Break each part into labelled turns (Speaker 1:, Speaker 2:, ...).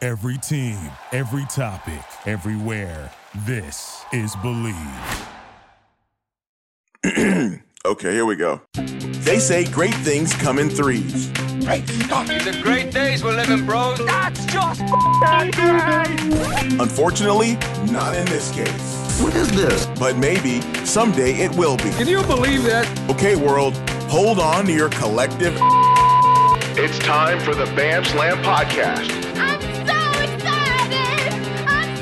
Speaker 1: Every team, every topic, everywhere. This is Believe.
Speaker 2: Okay, here we go. They say great things come in threes.
Speaker 3: The great days we're living, bros. That's just
Speaker 2: Unfortunately, not in this case. What is this? But maybe someday it will be.
Speaker 3: Can you believe that?
Speaker 2: Okay, world, hold on to your collective.
Speaker 4: It's time for the Bam Slam Podcast.
Speaker 5: I'm so excited! I'm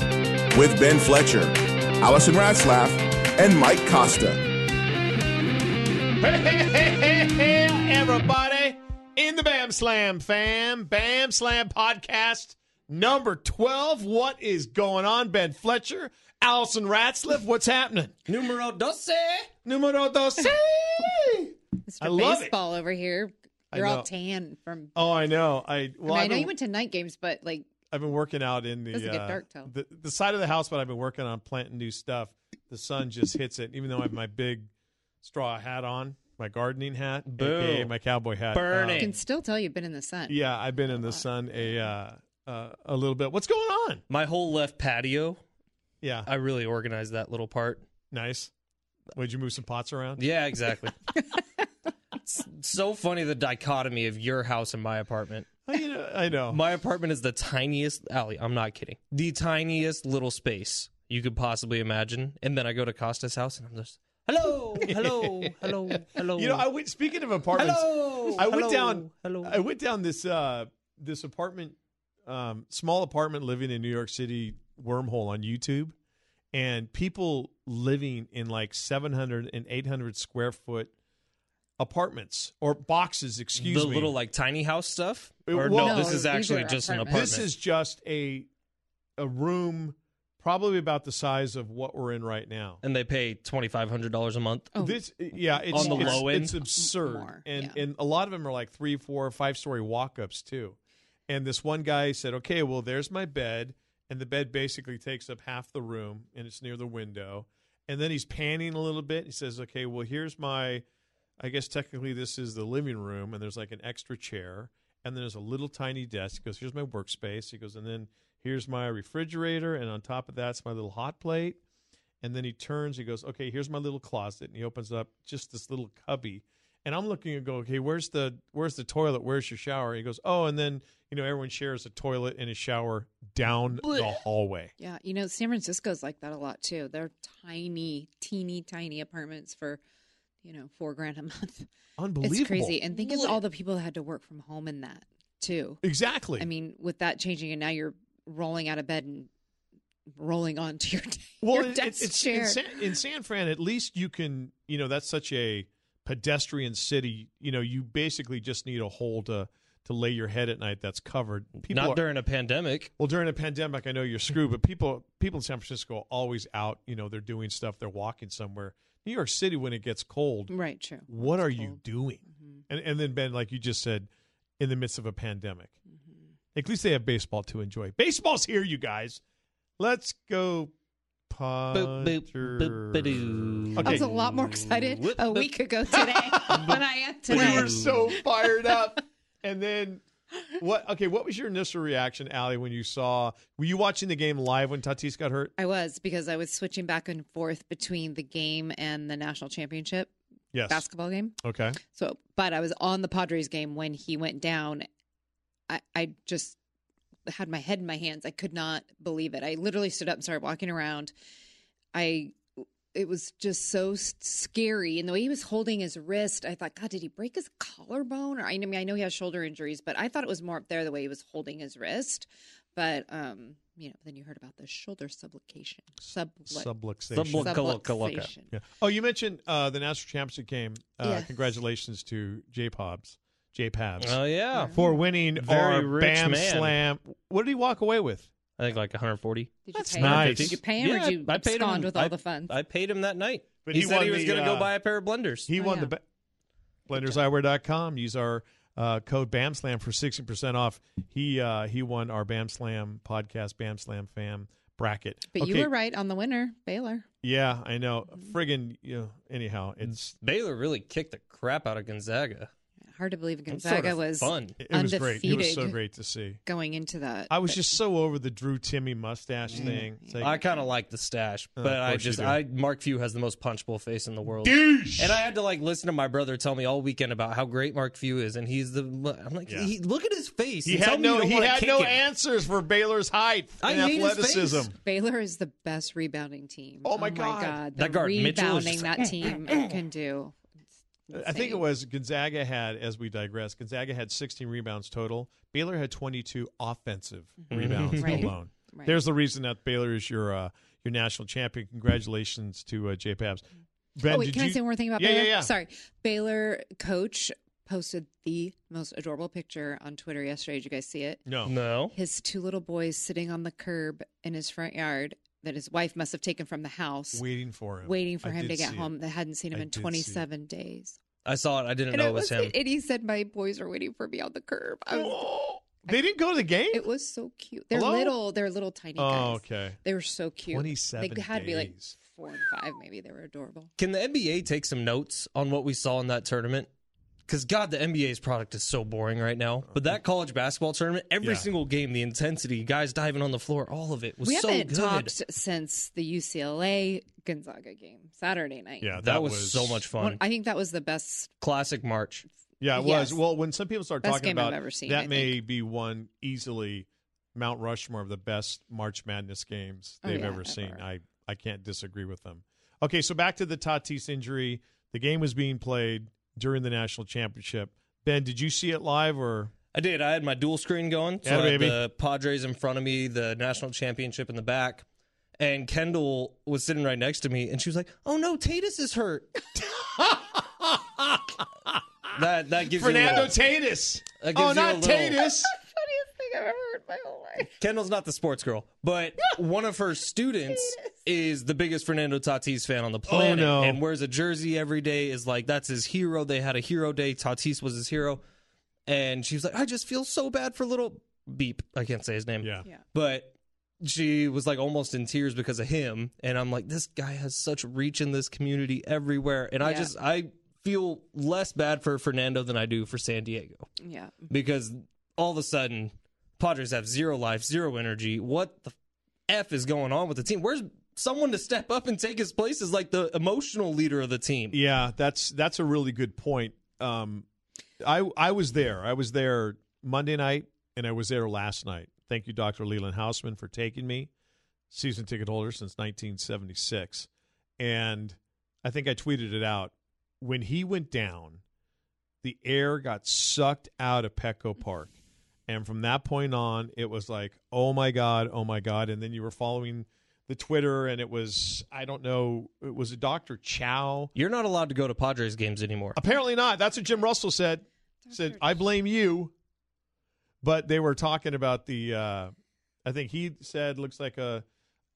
Speaker 5: so excited!
Speaker 2: with Ben Fletcher, Allison Ratzlaff, and Mike Costa.
Speaker 6: everybody in the Bam Slam fam, Bam Slam podcast number 12. What is going on? Ben Fletcher, Allison Ratzliff, what's happening?
Speaker 7: Numero doce.
Speaker 6: Numero dos.
Speaker 8: Mr.
Speaker 6: I love it.
Speaker 8: Baseball over here.
Speaker 6: I
Speaker 8: You're
Speaker 6: know.
Speaker 8: all tan from.
Speaker 6: Oh, I know. I well,
Speaker 8: I, mean, I
Speaker 6: I've
Speaker 8: know
Speaker 6: been-
Speaker 8: you went to night games, but like,
Speaker 6: I've been working out in the
Speaker 8: Doesn't get
Speaker 6: uh,
Speaker 8: dark till.
Speaker 6: the the side of the house, but I've been working on planting new stuff. The sun just hits it, even though I have my big straw hat on, my gardening hat,
Speaker 7: Boo.
Speaker 6: aka my cowboy hat. Um,
Speaker 7: Burn
Speaker 8: I
Speaker 7: it.
Speaker 8: can still tell you've been in the sun.
Speaker 6: yeah, I've been in the sun a uh, uh, a little bit. What's going on?
Speaker 7: My whole left patio.
Speaker 6: Yeah,
Speaker 7: I really organized that little part.
Speaker 6: nice. Would you move some pots around?
Speaker 7: Yeah, exactly. it's so funny the dichotomy of your house and my apartment.
Speaker 6: I, Oh, you know, I know.
Speaker 7: My apartment is the tiniest alley. I'm not kidding. The tiniest little space you could possibly imagine. And then I go to Costa's house and I'm just hello, hello, hello, hello.
Speaker 6: you know, I went. Speaking of apartments,
Speaker 7: hello.
Speaker 6: I went
Speaker 7: hello,
Speaker 6: down.
Speaker 7: Hello.
Speaker 6: I went down this uh, this apartment, um, small apartment living in New York City wormhole on YouTube, and people living in like 700 and 800 square foot apartments or boxes. Excuse
Speaker 7: the
Speaker 6: me.
Speaker 7: little like tiny house stuff.
Speaker 6: It-
Speaker 7: or no,
Speaker 6: well- No,
Speaker 7: this
Speaker 6: these
Speaker 7: is
Speaker 8: are
Speaker 7: actually just an apartment.
Speaker 8: apartments.
Speaker 6: this is just a a room, probably about the size of what we're in right now.
Speaker 7: and they pay twenty five hundred dollars a month.
Speaker 8: Oh,
Speaker 6: This yeah, it's
Speaker 7: On the
Speaker 6: it's,
Speaker 7: low end?
Speaker 6: it's absurd,
Speaker 8: More,
Speaker 6: and
Speaker 8: yeah.
Speaker 6: and a lot of them are like three, four, five story walk ups too. And this one guy said, "Okay, well, there's my bed, and the bed basically takes up half the room, and it's near the window." And then he's panning a little bit. He says, "Okay, well, here's my, I guess technically this is the living room, and there's like an extra chair, and then there's a little tiny desk." He goes, "Here's my workspace." He goes, "And then here's my refrigerator, and on top of that's my little hot plate." And then he turns, he goes, Okay, here's my little closet. And he opens up just this little cubby. And I'm looking and go, Okay, where's the where's the toilet? Where's your shower? He goes, Oh, and then, you know, everyone shares a toilet and a shower down the hallway.
Speaker 8: yeah. You know, San Francisco's like that a lot too. They're tiny, teeny, tiny apartments for, you know, four grand a month.
Speaker 6: Unbelievable.
Speaker 8: It's crazy. And think of all the people that had to work from home in that too.
Speaker 6: Exactly.
Speaker 8: I mean, with that changing, and now you're rolling out of bed and rolling onto your,
Speaker 6: well,
Speaker 8: your
Speaker 6: it-
Speaker 8: desk
Speaker 6: it's
Speaker 8: chair.
Speaker 6: In, San, in San Fran, at least you can, you know, that's such a pedestrian city. You know, you basically just need a hole to to lay your head at night that's covered.
Speaker 7: Not
Speaker 6: are-
Speaker 7: during a pandemic.
Speaker 6: Well, during a pandemic, I know you're screwed, but people people in San Francisco are always out. You know, they're doing stuff, they're walking somewhere. New York City, when it gets cold,
Speaker 8: Right. True.
Speaker 6: what
Speaker 8: It's
Speaker 6: are you
Speaker 8: cold.
Speaker 6: doing?
Speaker 8: Mhm.
Speaker 6: And and then Ben, like you just said, in the midst of a pandemic,
Speaker 8: Mm-hmm.
Speaker 6: at least they have baseball to enjoy. Baseball's here, you guys. Let's go,
Speaker 7: Boop, boop, boop,
Speaker 6: Padres.
Speaker 7: ba-doo.
Speaker 8: I was a
Speaker 6: Okay,
Speaker 8: lot more excited
Speaker 7: Whoop,
Speaker 8: a
Speaker 7: whoop.
Speaker 8: week ago today than I am
Speaker 6: we
Speaker 8: today.
Speaker 6: were so fired up, and then. What okay? What was your initial reaction, Allie, when you saw? Were you watching the game live when Tatis got hurt?
Speaker 8: I was because I was switching back and forth between the game and the national championship
Speaker 6: Yes.
Speaker 8: basketball game.
Speaker 6: Okay.
Speaker 8: So, but I was on the Padres game when he went down. I, I just had my head in my hands. I could not believe it. I literally stood up and started walking around. I, it was just so s- scary. And the way he was holding his wrist, I thought, God, did he break his collarbone? Or I mean, I know he has shoulder injuries, but I thought it was more up there the way he was holding his wrist. But, um, you know, then you heard about the shoulder subluxation. Sub-
Speaker 6: Subluxation.
Speaker 7: Sublu- Subluxation.
Speaker 6: Yeah. Oh, you mentioned uh, the national championship game. Uh,
Speaker 8: Yes.
Speaker 6: Congratulations to J Pobs, J Pabs,
Speaker 7: Oh yeah,
Speaker 6: for winning
Speaker 7: Very
Speaker 6: our
Speaker 7: rich
Speaker 6: Bam
Speaker 7: man.
Speaker 6: Slam. What did he walk away with?
Speaker 7: I think like 140.
Speaker 8: Did you
Speaker 6: That's
Speaker 8: pay
Speaker 6: nice.
Speaker 8: Him? Did you pay him,
Speaker 7: Yeah,
Speaker 8: or did you
Speaker 7: I paid
Speaker 8: abscond
Speaker 7: him.
Speaker 8: with all
Speaker 7: I-
Speaker 8: the funds?
Speaker 7: I paid him that night.
Speaker 6: But
Speaker 7: he,
Speaker 6: he
Speaker 7: said he
Speaker 6: won
Speaker 7: was
Speaker 6: the,
Speaker 7: going to
Speaker 6: uh,
Speaker 7: go buy a pair of blenders.
Speaker 6: He
Speaker 8: Oh,
Speaker 6: won
Speaker 8: yeah.
Speaker 6: the ba- blenderseyewear.com. Use our uh, code Bam Slam for sixty percent off. He uh, he won our Bam Slam podcast, Bam Slam fam bracket.
Speaker 8: But
Speaker 6: Okay.
Speaker 8: you were right on the winner, Baylor.
Speaker 6: Yeah, I know. Friggin' you know, anyhow, it's
Speaker 7: Baylor really kicked the crap out of Gonzaga.
Speaker 8: hard to believe
Speaker 7: That sort
Speaker 8: Gonzaga
Speaker 7: of
Speaker 8: was
Speaker 7: fun.
Speaker 6: It, it was great. It was so
Speaker 8: Undefeated.
Speaker 6: great to see.
Speaker 8: going into that.
Speaker 6: I was just so over the Drew Timmy mustache
Speaker 8: Mm.
Speaker 6: thing. It's like,
Speaker 7: I kind of like the stash,
Speaker 6: Uh,
Speaker 7: but
Speaker 6: of
Speaker 7: I
Speaker 6: course you
Speaker 7: just
Speaker 6: do.
Speaker 7: I Mark Few has the most punchable face in the world. And I had to like listen to my brother tell me all weekend about how great Mark Few is, and he's the. I'm like,
Speaker 6: Yeah.
Speaker 7: he, look at his face.
Speaker 6: he
Speaker 7: and tell
Speaker 6: had
Speaker 7: me you
Speaker 6: no
Speaker 7: don't
Speaker 6: he
Speaker 7: wanna
Speaker 6: had
Speaker 7: kick
Speaker 6: no
Speaker 7: him.
Speaker 6: answers for Baylor's height
Speaker 7: I
Speaker 6: and
Speaker 7: hate his
Speaker 6: athleticism.
Speaker 7: face.
Speaker 8: Baylor is the best rebounding team.
Speaker 6: Oh my God.
Speaker 8: God.
Speaker 7: That
Speaker 8: The
Speaker 7: guard, Mitchell, is
Speaker 8: rebounding
Speaker 7: just
Speaker 8: that team can do.
Speaker 6: I think it
Speaker 8: Insane.
Speaker 6: was Gonzaga had, as we digress, Gonzaga had 16 rebounds total. Baylor had 22 offensive
Speaker 7: Mm-hmm.
Speaker 6: rebounds
Speaker 8: Mm-hmm. Right.
Speaker 6: alone.
Speaker 8: Right.
Speaker 6: There's the reason that Baylor is your uh, your national champion. Congratulations to uh, Jay Pabs. Ben,
Speaker 8: oh wait,
Speaker 6: did
Speaker 8: can I
Speaker 6: you-
Speaker 8: say one more thing about
Speaker 6: Yeah, yeah,
Speaker 8: Baylor?
Speaker 6: yeah.
Speaker 8: Sorry, Baylor coach posted the most adorable picture on Twitter yesterday. Did you guys see it?
Speaker 6: No.
Speaker 7: No.
Speaker 8: His two little boys sitting on the curb in his front yard that his wife must have taken from the house,
Speaker 6: Waiting for him.
Speaker 8: waiting for
Speaker 6: I
Speaker 8: him
Speaker 6: did
Speaker 8: to get
Speaker 6: see it.
Speaker 8: home. That hadn't seen him
Speaker 6: I
Speaker 8: in
Speaker 6: did see it.
Speaker 8: 27 days.
Speaker 7: I saw it. I didn't know it was him.
Speaker 8: and he said, "My boys are waiting for me on the curb." I was-
Speaker 6: Oh, they didn't go to the game?
Speaker 8: it was so cute. They're
Speaker 6: Hello?
Speaker 8: little. They're little tiny guys.
Speaker 6: Oh, okay.
Speaker 8: They were so cute.
Speaker 6: 27
Speaker 8: They had to be like
Speaker 6: days.
Speaker 8: four and five, maybe. They were adorable.
Speaker 7: Can the NBA take some notes on what we saw in that tournament? Because God, the NBA's product is so boring right now. But that college basketball tournament, every
Speaker 6: Yeah.
Speaker 7: single game, the intensity, guys diving on the floor, all of it was
Speaker 8: we
Speaker 7: so
Speaker 8: haven't
Speaker 7: good.
Speaker 8: talked since the UCLA Gonzaga game Saturday night.
Speaker 6: Yeah,
Speaker 7: that, was, so much fun.
Speaker 8: One- I think that was the best.
Speaker 7: Classic March.
Speaker 6: Yeah, it was.
Speaker 8: Yes.
Speaker 6: Well, when some people start
Speaker 8: Best
Speaker 6: talking
Speaker 8: game I've
Speaker 6: about
Speaker 8: ever seen,
Speaker 6: that
Speaker 8: I
Speaker 6: may be one easily Mount Rushmore of the best March Madness games
Speaker 8: Oh,
Speaker 6: they've
Speaker 8: yeah,
Speaker 6: ever seen.
Speaker 8: ever.
Speaker 6: I I can't disagree with them. Okay, so back to the Tatis injury. The game was being played during the national championship. Ben, did you see it live or
Speaker 7: I did. I had my dual screen going. So
Speaker 6: Yeah,
Speaker 7: I had
Speaker 6: baby.
Speaker 7: the Padres in front of me, the national championship in the back. And Kendall was sitting right next to me and she was like, Oh no, Tatus is hurt. that that gives you a
Speaker 6: Fernando
Speaker 7: little-
Speaker 6: Tatis?
Speaker 7: That gives
Speaker 6: Oh,
Speaker 7: you a
Speaker 6: not
Speaker 7: little-
Speaker 6: Tatis.
Speaker 8: Funniest thing I've ever heard my whole life.
Speaker 7: Kendall's not the sports girl, but one of her students is the biggest Fernando Tatis fan on the planet
Speaker 6: Oh, no.
Speaker 7: and wears a jersey every day, is like, that's his hero. They had a hero day. Tatis was his hero. And she was like, I just feel so bad for little beep. I can't say his name.
Speaker 6: Yeah.
Speaker 8: Yeah.
Speaker 7: But she was like almost in tears because of him. And I'm like, this guy has such reach in this community everywhere. And I
Speaker 8: Yeah.
Speaker 7: just, I feel less bad for Fernando than I do for San Diego
Speaker 8: Yeah.
Speaker 7: because all of a sudden Padres have zero life, zero energy. What the f is going on with the team? Where's someone to step up and take his place as like the emotional leader of the team?
Speaker 6: Yeah, that's that's a really good point. Um, I I was there. I was there Monday night, and I was there last night. Thank you, Dr. Leland Hausman, for taking me, season ticket holder since 1976. And I think I tweeted it out when he went down. The air got sucked out of Petco Park, and from that point on, it was like, oh my god, oh my god. And then you were following the Twitter, and it was I don't know, it was a Dr. Chow.
Speaker 7: You're not allowed to go to Padres games anymore.
Speaker 6: Apparently not. That's what Jim Russell said. Said I blame you. But they were talking about the. Uh, I think he said looks like a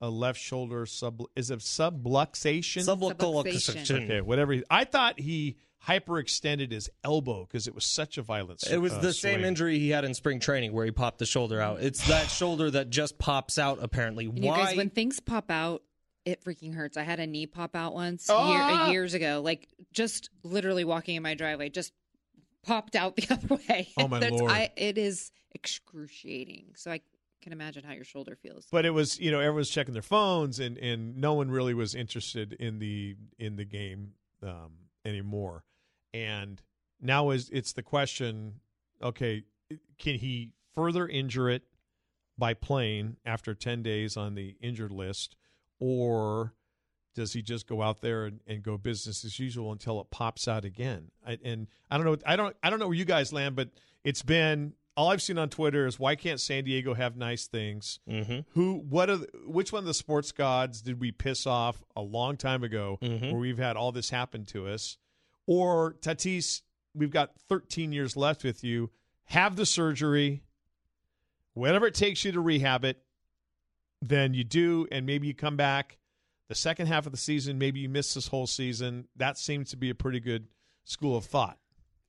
Speaker 6: a left shoulder sub is it subluxation.
Speaker 8: Subluxation.
Speaker 6: okay, whatever. He, I thought he hyperextended his elbow because it was such a violent. s-
Speaker 7: It was
Speaker 6: uh,
Speaker 7: the same
Speaker 6: swing.
Speaker 7: injury he had in spring training where he popped the shoulder out. It's that shoulder that just pops out apparently.
Speaker 8: And you
Speaker 7: Why?
Speaker 8: guys, when things pop out, it freaking hurts. I had a knee pop out once
Speaker 6: Ah!
Speaker 8: year, years ago, like just literally walking in my driveway, just popped out the other way.
Speaker 6: Oh, my
Speaker 8: That's-
Speaker 6: Lord.
Speaker 8: I, it is excruciating. So I can imagine how your shoulder feels.
Speaker 6: But it was you know everyone's checking their phones and and no one really was interested in the in the game um, anymore. And now is it's the question: Okay, can he further injure it by playing after ten days on the injured list, or does he just go out there and, and go business as usual until it pops out again? I, and I don't know. I don't. I don't know where you guys land, but it's been all I've seen on Twitter is why can't San Diego have nice things?
Speaker 7: Mhm.
Speaker 6: who what are the, which one of the sports gods did we piss off a long time ago
Speaker 7: Mhm.
Speaker 6: where we've had all this happen to us or tatis we've got 13 years left with you have the surgery whatever it takes you to rehab it then you do and maybe you come back the second half of the season maybe you miss this whole season that seems to be a pretty good school of thought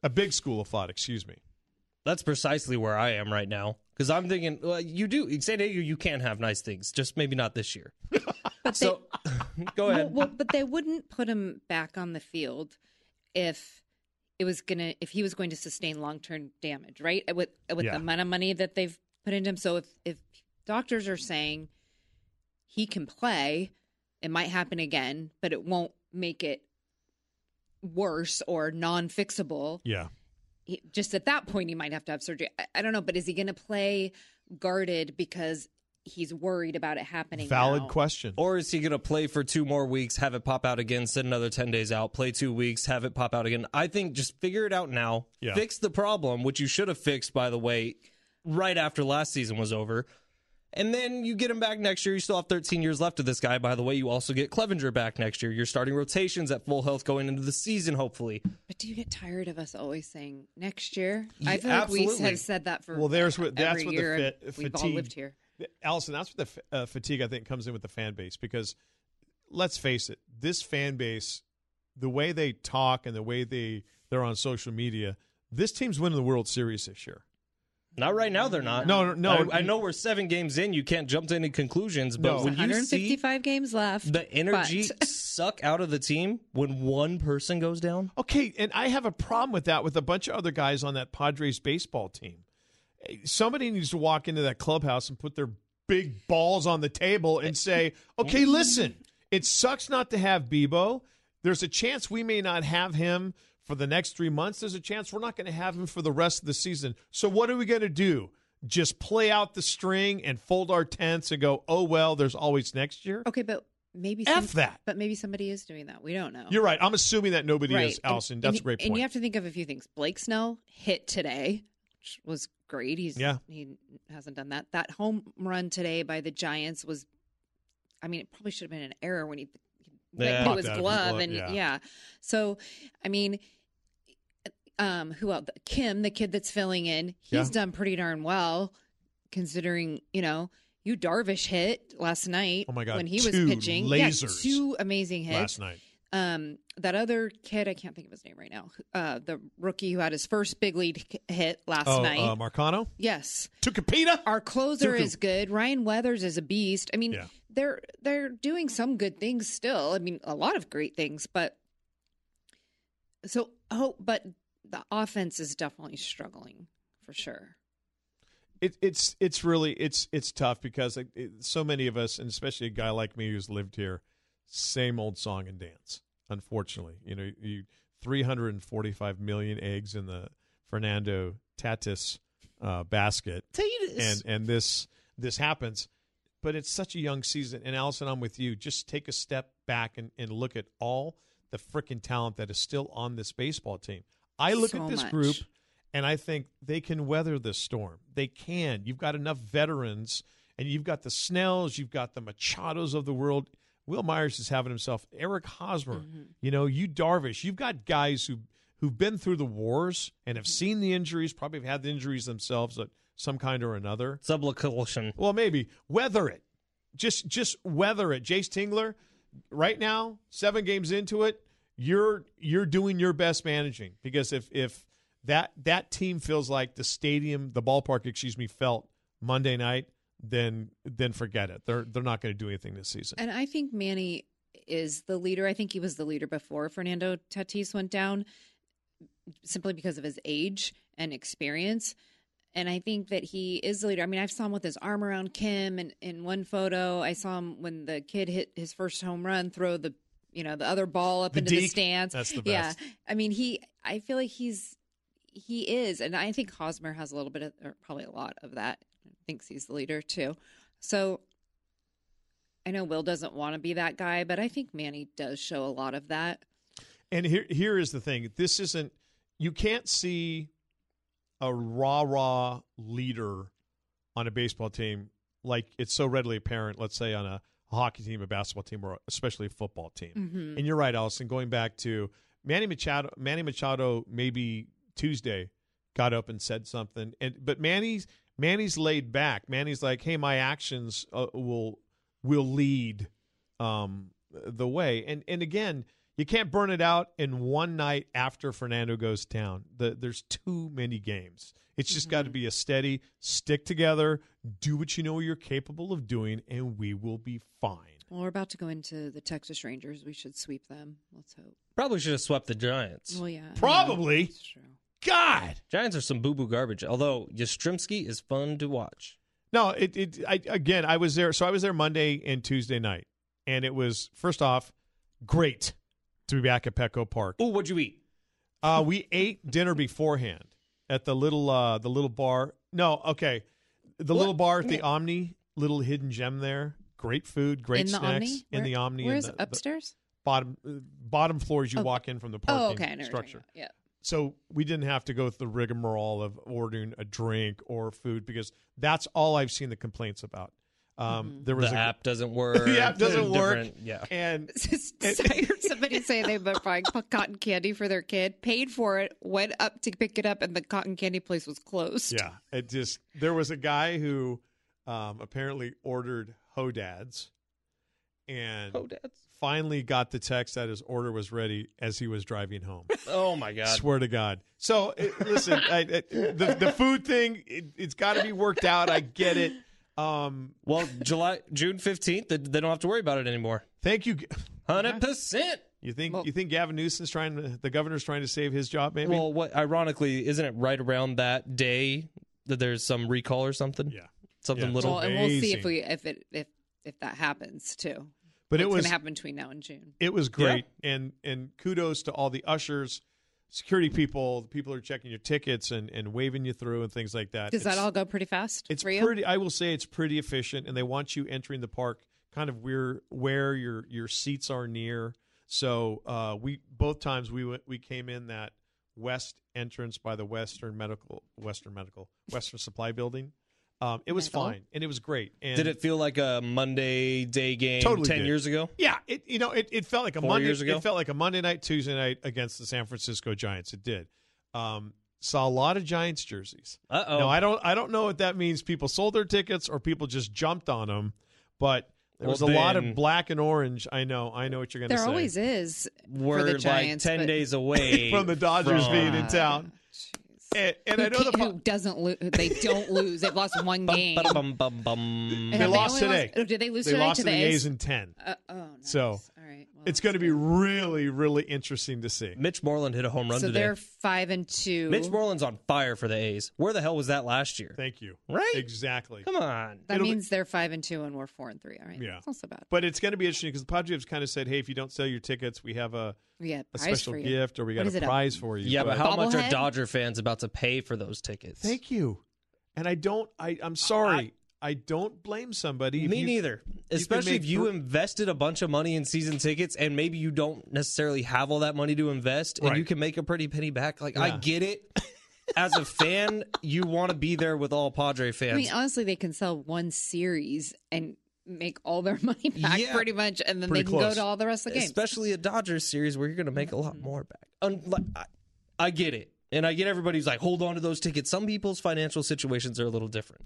Speaker 6: a big school of thought excuse me
Speaker 7: That's precisely where I am right now because I'm thinking well, you do San Diego. You can have nice things, just maybe not this year. so go ahead.
Speaker 8: Well, well, but they wouldn't put him back on the field if it was gonna if he was going to sustain long term damage, right? Uh, With with
Speaker 6: Yeah.
Speaker 8: the amount of money that they've put into him. So if if doctors are saying he can play, it might happen again, but it won't make it worse or non fixable.
Speaker 6: Yeah.
Speaker 8: He- Just at that point, he might have to have surgery. I, I don't know, but is he going to play guarded because he's worried about it happening?
Speaker 6: Valid
Speaker 8: now?
Speaker 6: question.
Speaker 7: Or is he going to play for two more weeks, have it pop out again, sit another 10 days out, play two weeks, have it pop out again? I think just figure it out now.
Speaker 6: Yeah.
Speaker 7: Fix the problem, which you should have fixed, by the way, right after last season was over. And then you get him back next year. You still have 13 years left of this guy. By the way, you also get Clevenger back next year. You're starting rotations at full health going into the season, hopefully.
Speaker 8: But do you get tired of us always saying next year?
Speaker 7: Yeah,
Speaker 8: I feel like we
Speaker 7: absolutely.
Speaker 8: have said that for
Speaker 6: Well, there's what- that's
Speaker 8: every
Speaker 6: what the
Speaker 8: year
Speaker 6: fit-
Speaker 8: and we've all lived
Speaker 6: fatigue-
Speaker 8: here.
Speaker 6: Allison, that's where the f- uh, fatigue I think comes in with the fan base because let's face it, this fan base, the way they talk and the way they they're on social media, this team's winning the World Series this year.
Speaker 7: Not right now, they're not.
Speaker 6: No, no, no.
Speaker 7: I, I know we're seven games in. You can't jump to any conclusions, but
Speaker 6: No.
Speaker 7: when you see
Speaker 8: 155 games left.
Speaker 7: the energy
Speaker 8: but-
Speaker 7: suck out of the team when one person goes down.
Speaker 6: Okay, and I have a problem with that with a bunch of other guys on that Padres baseball team. Somebody needs to walk into that clubhouse and put their big balls on the table and say, "Okay, listen, it sucks not to have Bebo. There's a chance we may not have him for the next 3 months. There's a chance we're not going to have him for the rest of the season. So what are we going to do? Just play out the string and fold our tents and go, "Oh well, there's always next year."
Speaker 8: Okay, but maybe
Speaker 6: F that.
Speaker 8: But maybe somebody is doing that. We don't know.
Speaker 6: You're right. I'm assuming that nobody
Speaker 8: right.
Speaker 6: is, Allison. That's
Speaker 8: and,
Speaker 6: a great point.
Speaker 8: And you have to think of a few things. Blake Snell hit today, which was great. He's
Speaker 6: Yeah.
Speaker 8: he hasn't done that. That home run today by the Giants was I mean, it probably should have been an error when he
Speaker 7: Yeah.
Speaker 8: went through his
Speaker 6: Popped out of his
Speaker 8: glove
Speaker 6: glove,
Speaker 8: and
Speaker 6: yeah.
Speaker 8: yeah. So, I mean, um, who else? Kim, the kid that's filling in, he's
Speaker 6: Yeah.
Speaker 8: done pretty darn well, considering you know you Darvish hit last night.
Speaker 6: Oh my God,
Speaker 8: when he was
Speaker 6: two
Speaker 8: pitching,
Speaker 6: lasers
Speaker 8: yeah, two amazing
Speaker 6: last
Speaker 8: hits
Speaker 6: night.
Speaker 8: um, that other kid, I can't think of his name right now, uh, the rookie who had his first big lead h- hit last
Speaker 6: Oh,
Speaker 8: night.
Speaker 6: uh, Marcano?
Speaker 8: yes.
Speaker 6: Tucapita?
Speaker 8: Our closer
Speaker 6: Tuku.
Speaker 8: is good. Ryan Weathers is a beast. I mean,
Speaker 6: Yeah.
Speaker 8: they're they're doing some good things still. I mean, a lot of great things, but so oh, but the offense is definitely struggling for sure.
Speaker 6: It, it's it's really it's it's tough because like, it, so many of us, and especially a guy like me who's lived here, same old song and dance. Unfortunately, you know, you 345 million eggs in the Fernando Tatis uh, basket, and and this this happens. But it's such a young season, and Allison, I'm with you. Just take a step back and, and look at all the freaking talent that is still on this baseball team. I look
Speaker 8: So
Speaker 6: at this
Speaker 8: much.
Speaker 6: group, and I think they can weather this storm. They can. You've got enough veterans, and you've got the Snells, you've got the Machados of the world. Will Myers is having himself. Eric Hosmer, you know, you Darvish. You've got guys who who've been through the wars and have seen the injuries, probably have had the injuries themselves of some kind or another.
Speaker 7: Sublocution.
Speaker 6: Well, maybe weather it. Just just weather it. Jace Tingler, right now, seven games into it, you're you're doing your best managing because if if that that team feels like the stadium, the ballpark, excuse me, felt Monday night, then then forget it. They're they're not going to do anything this season.
Speaker 8: And I think Manny is the leader. I think he was the leader before Fernando Tatis went down simply because of his age and experience. And I think that he is the leader. I mean, I saw him with his arm around Kim and in one photo. I saw him when the kid hit his first home run, throw the you know, the other ball up
Speaker 6: The
Speaker 8: into the
Speaker 6: deke.
Speaker 8: stands.
Speaker 6: That's the
Speaker 8: Yeah.
Speaker 6: best.
Speaker 8: I mean, he I feel like he's he is, and I think Hosmer has a little bit of, or probably a lot of that. Thinks he's the leader too. So I know Will doesn't want to be that guy, but I think Manny does show a lot of that.
Speaker 6: And here here is the thing. This isn't you can't see a rah-rah leader on a baseball team like it's so readily apparent, let's say on a hockey team, a basketball team, or especially a football team.
Speaker 8: Mm-hmm.
Speaker 6: And you're right, Allison, going back to Manny Machado Manny Machado maybe Tuesday got up and said something. And but Manny's Manny's laid back. Manny's like, "Hey, my actions uh, will will lead um, the way." And and again, you can't burn it out in one night after Fernando goes down. The, there's too many games. It's just got to be a steady, stick together, do what you know you're capable of doing, and we will be fine.
Speaker 8: Well, we're about to go into the Texas Rangers. We should sweep them. Let's hope.
Speaker 7: Probably should have swept the Giants.
Speaker 8: Well, yeah. I mean,
Speaker 6: Probably.
Speaker 8: That's true.
Speaker 6: God.
Speaker 7: Giants are some boo boo garbage. Although Yastrzemski is fun to watch.
Speaker 6: No, it, it I again I was there so I was there Monday and Tuesday night. And it was first off, great to be back at Petco Park.
Speaker 7: Ooh, what'd you eat?
Speaker 6: Uh, we ate dinner beforehand at the little uh, the little bar. No, okay, the little bar at the Omni, little hidden gem there. Great food, great
Speaker 8: in the
Speaker 6: snacks
Speaker 8: Omni.
Speaker 6: in the Omni. in
Speaker 8: Where's
Speaker 6: the- the
Speaker 8: upstairs?
Speaker 6: bottom uh, bottom floor as you
Speaker 8: Oh.
Speaker 6: walk in from the parking
Speaker 8: Oh, okay. I know what you're talking
Speaker 6: structure.
Speaker 8: about. Yeah.
Speaker 6: So we didn't have to go through the rigmarole of ordering a drink or food because that's all I've seen the complaints about. Um, There
Speaker 7: The
Speaker 6: was a,
Speaker 7: app doesn't work.
Speaker 6: The app doesn't work.
Speaker 7: Different- Yeah.
Speaker 6: and
Speaker 8: I heard somebody say they were buying p- cotton candy for their kid, paid for it, went up to pick it up, and the cotton candy place was closed.
Speaker 6: Yeah, it just there was a guy who um, apparently ordered Hodads, and finally got the text that his order was ready as he was driving home.
Speaker 7: Oh my god.
Speaker 6: Swear to God. So it, listen, I, I, the the food thing it, it's got to be worked out. I get it. Um,
Speaker 7: Well, July June fifteenth, they they don't have to worry about it anymore.
Speaker 6: thank you.
Speaker 7: Hundred percent.
Speaker 6: You think
Speaker 8: Well-
Speaker 6: you think Gavin Newsom's trying to the governor's trying to save his job? Maybe.
Speaker 7: Well, what ironically, isn't it right around that day that there's some recall or something?
Speaker 6: yeah,
Speaker 7: Something
Speaker 6: Yeah.
Speaker 7: little.
Speaker 8: Well, and we'll see
Speaker 6: Amazing.
Speaker 8: if we if it if if that happens too.
Speaker 6: but
Speaker 8: What's
Speaker 6: it was
Speaker 8: gonna happen between now and June.
Speaker 6: it was great and and kudos to all the ushers security people the people who are checking your tickets and and waving you through and things like that
Speaker 8: Does that
Speaker 6: It's-
Speaker 8: all go pretty fast?
Speaker 6: it's
Speaker 8: for you?
Speaker 6: pretty i will say it's pretty efficient and they want you entering the park kind of where where your your seats are near so uh we both times we went we came in that west entrance by the western medical western medical western supply building um it was
Speaker 8: Medical.
Speaker 6: fine and it was great and
Speaker 7: Did it feel like a Monday day game
Speaker 6: Totally
Speaker 7: ten
Speaker 6: did.
Speaker 7: years ago?
Speaker 6: Yeah, it you know it, it felt like a
Speaker 7: Four
Speaker 6: Monday.
Speaker 7: years ago?
Speaker 6: It felt like a Monday night, Tuesday night against the San Francisco Giants. It did. Um, saw a lot of Giants jerseys.
Speaker 7: Uh oh.
Speaker 6: No, I don't. I don't know what that means. People sold their tickets or people just jumped on them. But there
Speaker 7: Well,
Speaker 6: was a lot
Speaker 7: then-
Speaker 6: of black and orange. I know. I know what you're going to
Speaker 8: there
Speaker 6: say.
Speaker 8: always is.
Speaker 7: We're
Speaker 8: Giants,
Speaker 7: like ten
Speaker 8: but-
Speaker 7: days away
Speaker 6: From the Dodgers
Speaker 7: from-
Speaker 6: being in town. And, and
Speaker 8: Ah, who,
Speaker 6: I know the
Speaker 8: can't-
Speaker 6: po-
Speaker 8: who doesn't lose? They don't lose. They've lost one game.
Speaker 7: Bum, bum, bum, bum.
Speaker 8: And
Speaker 6: they
Speaker 8: have
Speaker 6: lost
Speaker 8: only
Speaker 6: today.
Speaker 8: oh, did they lose
Speaker 6: they
Speaker 8: today
Speaker 6: lost
Speaker 8: to
Speaker 6: to the A's
Speaker 8: A's?
Speaker 6: in ten.
Speaker 8: Uh, oh, nice.
Speaker 6: So,
Speaker 8: all right. Well,
Speaker 6: It's going to be really, really interesting to see.
Speaker 7: Mitch Moreland hit a home run
Speaker 8: so
Speaker 7: today.
Speaker 8: they're five and two.
Speaker 7: Mitch Moreland's on fire for the A's. Where the hell was that last year?
Speaker 6: Thank you.
Speaker 7: Right?
Speaker 6: Exactly.
Speaker 7: Come on.
Speaker 8: that
Speaker 6: it'll be-
Speaker 8: means they're five and two, and we're four and three. All right.
Speaker 6: Yeah.
Speaker 8: It's not so bad.
Speaker 6: But it's going to be interesting because the Padres kind of said, "Hey, if you don't sell your tickets, we have a,
Speaker 8: We got a
Speaker 6: a
Speaker 8: prize
Speaker 6: special
Speaker 8: for you.
Speaker 6: gift or we
Speaker 8: What
Speaker 6: got
Speaker 8: is it,
Speaker 6: a
Speaker 8: a-
Speaker 6: prize for you."
Speaker 7: Yeah, but
Speaker 6: But-
Speaker 7: how much are
Speaker 8: Bobblehead?
Speaker 7: Dodger fans about to pay for those tickets?
Speaker 6: Thank you. And I don't. I I'm sorry. I, don't blame somebody. if
Speaker 7: Me
Speaker 6: you-
Speaker 7: neither. Especially
Speaker 6: make
Speaker 7: if you
Speaker 6: thr-
Speaker 7: invested a bunch of money in season tickets and maybe you don't necessarily have all that money to invest and
Speaker 6: Right.
Speaker 7: you can make a pretty penny back. Like, I
Speaker 6: Yeah.
Speaker 7: get it. As a fan, you want to be there with all Padre fans.
Speaker 8: I mean, honestly, they can sell one series and make all their money back
Speaker 7: Yeah.
Speaker 8: pretty much, and then
Speaker 6: Pretty
Speaker 8: they can
Speaker 6: close.
Speaker 8: go to all the rest of the games.
Speaker 7: especially a Dodgers series where you're going to make a lot more back. Unli- I, I get it. And I get everybody's like, hold on to those tickets. Some people's financial situations are a little different.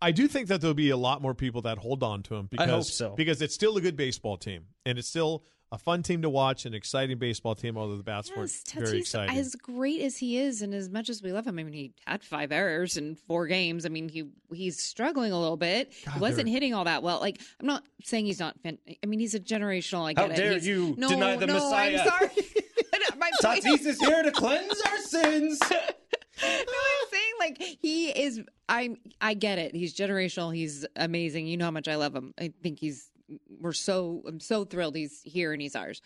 Speaker 6: I do think that there'll be a lot more people that hold on to them
Speaker 7: I
Speaker 6: because
Speaker 7: hope so.
Speaker 6: because it's still a good baseball team and it's still a fun team to watch, an exciting baseball team. Although the bats
Speaker 8: Yes,
Speaker 6: weren't very
Speaker 8: Tatis,
Speaker 6: exciting.
Speaker 8: as great as he is, and as much as we love him, I mean, he had five errors in four games. I mean, he he's struggling a little bit.
Speaker 6: God,
Speaker 8: he wasn't
Speaker 6: they're-
Speaker 8: hitting all that well. Like, I'm not saying he's not. Fan- I mean, he's a generational. I
Speaker 7: How
Speaker 8: get it.
Speaker 7: dare
Speaker 8: He's-
Speaker 7: you
Speaker 8: no,
Speaker 7: deny the
Speaker 8: no,
Speaker 7: Messiah.
Speaker 8: I'm sorry. My point
Speaker 7: Tatis is here to cleanse our sins.
Speaker 8: no, I'm saying like he is. I'm. I get it. He's generational. He's amazing. You know how much I love him. I think he's. We're so. I'm so thrilled he's here and he's ours.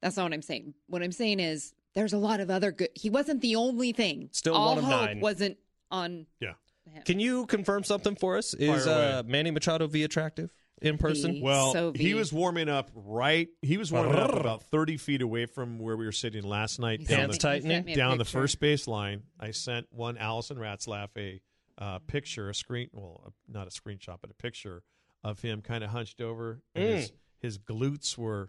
Speaker 8: That's not what I'm saying. What I'm saying is there's a lot of other good. He wasn't the only thing.
Speaker 7: Still
Speaker 8: All
Speaker 7: one of
Speaker 8: hope
Speaker 7: nine.
Speaker 8: Wasn't on.
Speaker 6: Yeah.
Speaker 7: Can you confirm something for us? Is
Speaker 6: Fire away.
Speaker 7: uh, Manny Machado V attractive in person?
Speaker 8: V.
Speaker 6: Well,
Speaker 8: So
Speaker 6: he
Speaker 8: be-
Speaker 6: was warming up right. He was warming up about thirty feet away from where we were sitting last night.
Speaker 8: He
Speaker 6: down the
Speaker 8: sent me- he
Speaker 7: tightening,
Speaker 8: sent me a
Speaker 6: down the
Speaker 8: picture.
Speaker 6: first base line, I sent one Allison Ratzlaff a uh, picture, a screen, well, a, not a screenshot, but a picture of him kind of hunched over, and his, his glutes were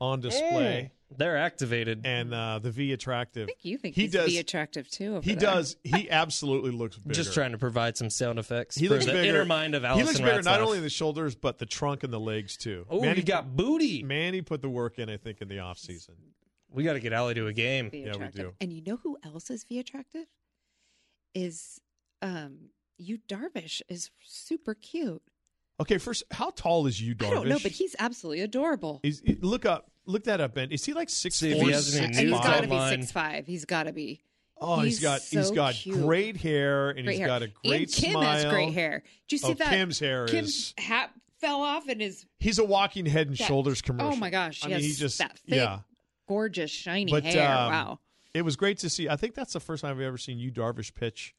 Speaker 6: on display,
Speaker 7: They're activated.
Speaker 6: and uh, the V attractive.
Speaker 8: I think you think
Speaker 6: he
Speaker 8: he's
Speaker 6: does?
Speaker 8: be attractive too. over
Speaker 6: he
Speaker 8: there.
Speaker 6: does. He absolutely looks bigger.
Speaker 7: Just trying to provide some sound effects.
Speaker 6: He
Speaker 7: for
Speaker 6: looks
Speaker 7: the
Speaker 6: bigger.
Speaker 7: inner mind of Allison
Speaker 6: He looks bigger not
Speaker 7: Ratzlaff.
Speaker 6: only in the shoulders but the trunk and the legs too.
Speaker 7: Oh,
Speaker 6: Manny,
Speaker 7: you got booty.
Speaker 6: Manny put the work in, I think, in the off season.
Speaker 7: We got to get Allie to a game.
Speaker 8: be
Speaker 6: Yeah, we
Speaker 8: attractive.
Speaker 6: do.
Speaker 8: And you know who else is V attractive? Is um you Darvish is super cute.
Speaker 6: Okay, first, how tall is you, Darvish?
Speaker 8: I don't know, but he's absolutely adorable.
Speaker 6: Is, i- look up, look that up, Ben. Is he like six
Speaker 7: See if he
Speaker 6: four,
Speaker 7: has any
Speaker 6: six
Speaker 8: and he's
Speaker 7: News
Speaker 6: five?
Speaker 8: got to be
Speaker 7: online.
Speaker 8: six five. He's got to be.
Speaker 6: Oh, he's
Speaker 8: He's
Speaker 6: got he's
Speaker 8: so
Speaker 6: got
Speaker 8: cute.
Speaker 6: great hair and
Speaker 8: Great
Speaker 6: he's
Speaker 8: hair.
Speaker 6: got a great
Speaker 8: and Kim
Speaker 6: smile.
Speaker 8: has great hair. Do you see
Speaker 6: Oh,
Speaker 8: that?
Speaker 6: Kim's hair
Speaker 8: Kim's
Speaker 6: is
Speaker 8: hat fell off and is
Speaker 6: he's a walking head and
Speaker 8: That-
Speaker 6: shoulders commercial.
Speaker 8: oh my gosh,
Speaker 6: I
Speaker 8: yes,
Speaker 6: mean, he just
Speaker 8: that thick
Speaker 6: yeah.
Speaker 8: gorgeous shiny
Speaker 6: But,
Speaker 8: hair.
Speaker 6: um,
Speaker 8: wow.
Speaker 6: It was great to see. I think that's the first time I've ever seen you Darvish pitch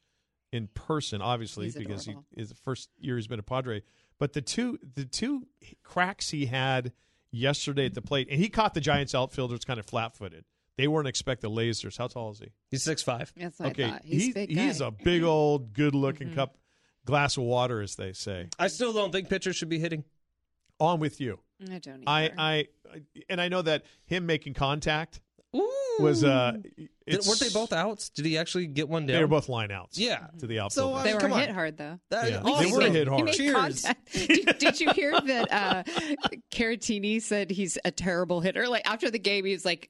Speaker 6: in person. Obviously,
Speaker 8: He's
Speaker 6: because he
Speaker 8: adorable.
Speaker 6: is the first year he's been a Padre. But the two the two cracks he had yesterday at the plate, and he caught the Giants outfielders kind of flat footed. They weren't expect the lasers. How tall is he?
Speaker 7: He's six five.
Speaker 8: That's what I
Speaker 6: okay,
Speaker 8: thought. He's
Speaker 6: he-
Speaker 8: a big.
Speaker 6: he's
Speaker 8: guy. Mm-hmm.
Speaker 6: a big old good looking cup glass of water, as they say.
Speaker 7: I still don't think pitchers should be hitting.
Speaker 6: On with you.
Speaker 8: I don't.
Speaker 6: I,
Speaker 8: either.
Speaker 6: I I- and I know that him making contact
Speaker 7: Ooh.
Speaker 6: was uh
Speaker 7: Did,
Speaker 6: it's-
Speaker 7: weren't they both outs? Did he actually get one down?
Speaker 6: They were both line outs.
Speaker 7: Yeah.
Speaker 6: To the outfield.
Speaker 7: I
Speaker 8: they
Speaker 7: mean,
Speaker 8: were
Speaker 7: come
Speaker 8: hit
Speaker 7: on.
Speaker 8: hard though.
Speaker 7: That-
Speaker 6: Yeah,
Speaker 7: also-
Speaker 6: They were hit
Speaker 8: He
Speaker 6: hard.
Speaker 8: made
Speaker 7: Cheers.
Speaker 8: contact. Did, did you hear that uh, Caratini said he's a terrible hitter? Like after the game, he was like,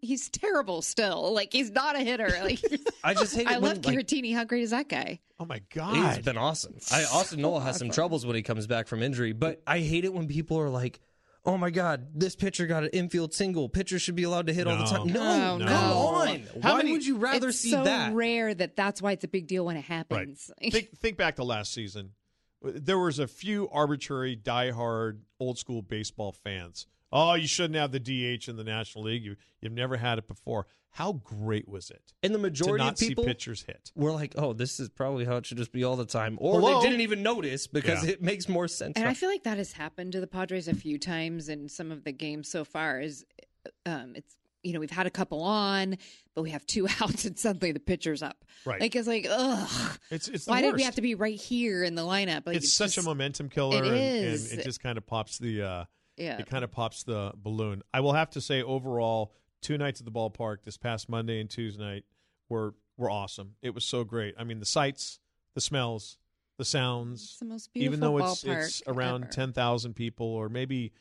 Speaker 8: "He's terrible still. Like he's not a hitter." Like
Speaker 7: I just hate it
Speaker 8: I
Speaker 7: when,
Speaker 8: love
Speaker 7: like,
Speaker 8: Caratini. How great is that guy?
Speaker 6: oh my
Speaker 7: He's
Speaker 6: god.
Speaker 7: been awesome. I Austin Noel has some troubles when he comes back from injury, but I hate it when people are like, "Oh my God, this pitcher got an infield single. Pitchers should be allowed to hit all the
Speaker 6: No.
Speaker 7: time." No,
Speaker 8: Oh,
Speaker 7: come
Speaker 8: no.
Speaker 7: on.
Speaker 6: How
Speaker 7: Why
Speaker 6: many-
Speaker 7: would you rather
Speaker 8: it's
Speaker 7: see
Speaker 8: so
Speaker 7: that?
Speaker 8: rare that that's why it's a big deal when it
Speaker 6: right.
Speaker 8: happens.
Speaker 6: think think back to last season. There was a few arbitrary diehard old school baseball fans. Oh, you shouldn't have the DH in the National League. You you've never had it before. How great was it
Speaker 7: and the
Speaker 6: to
Speaker 7: majority
Speaker 6: not
Speaker 7: of people
Speaker 6: see pitchers hit?
Speaker 7: were like, "Oh, this is probably how it should just be all the time," or
Speaker 6: Hello?
Speaker 7: they didn't even notice because
Speaker 6: Yeah.
Speaker 7: it makes more sense.
Speaker 8: And
Speaker 7: now.
Speaker 8: I feel like that has happened to the Padres a few times in some of the games so far. Is um, it's you know we've had a couple on, but we have two outs, and suddenly the pitcher's up.
Speaker 6: Right.
Speaker 8: Like it's like ugh.
Speaker 6: It's it's the
Speaker 8: Why
Speaker 6: worst.
Speaker 8: did we have to be right here in the lineup? Like
Speaker 6: it's, such a
Speaker 8: just-
Speaker 6: momentum killer,
Speaker 8: it
Speaker 6: and,
Speaker 8: is.
Speaker 6: and it just kind of pops the uh,
Speaker 8: Yeah.
Speaker 6: it kind of pops the balloon. I will have to say, overall, two nights at the ballpark this past Monday and Tuesday night were were awesome. It was so great. I mean, the sights, the smells, the sounds.
Speaker 8: It's the most
Speaker 6: even though it's
Speaker 8: beautiful
Speaker 6: it's
Speaker 8: ballpark
Speaker 6: around
Speaker 8: ever.
Speaker 6: ten thousand people, or maybe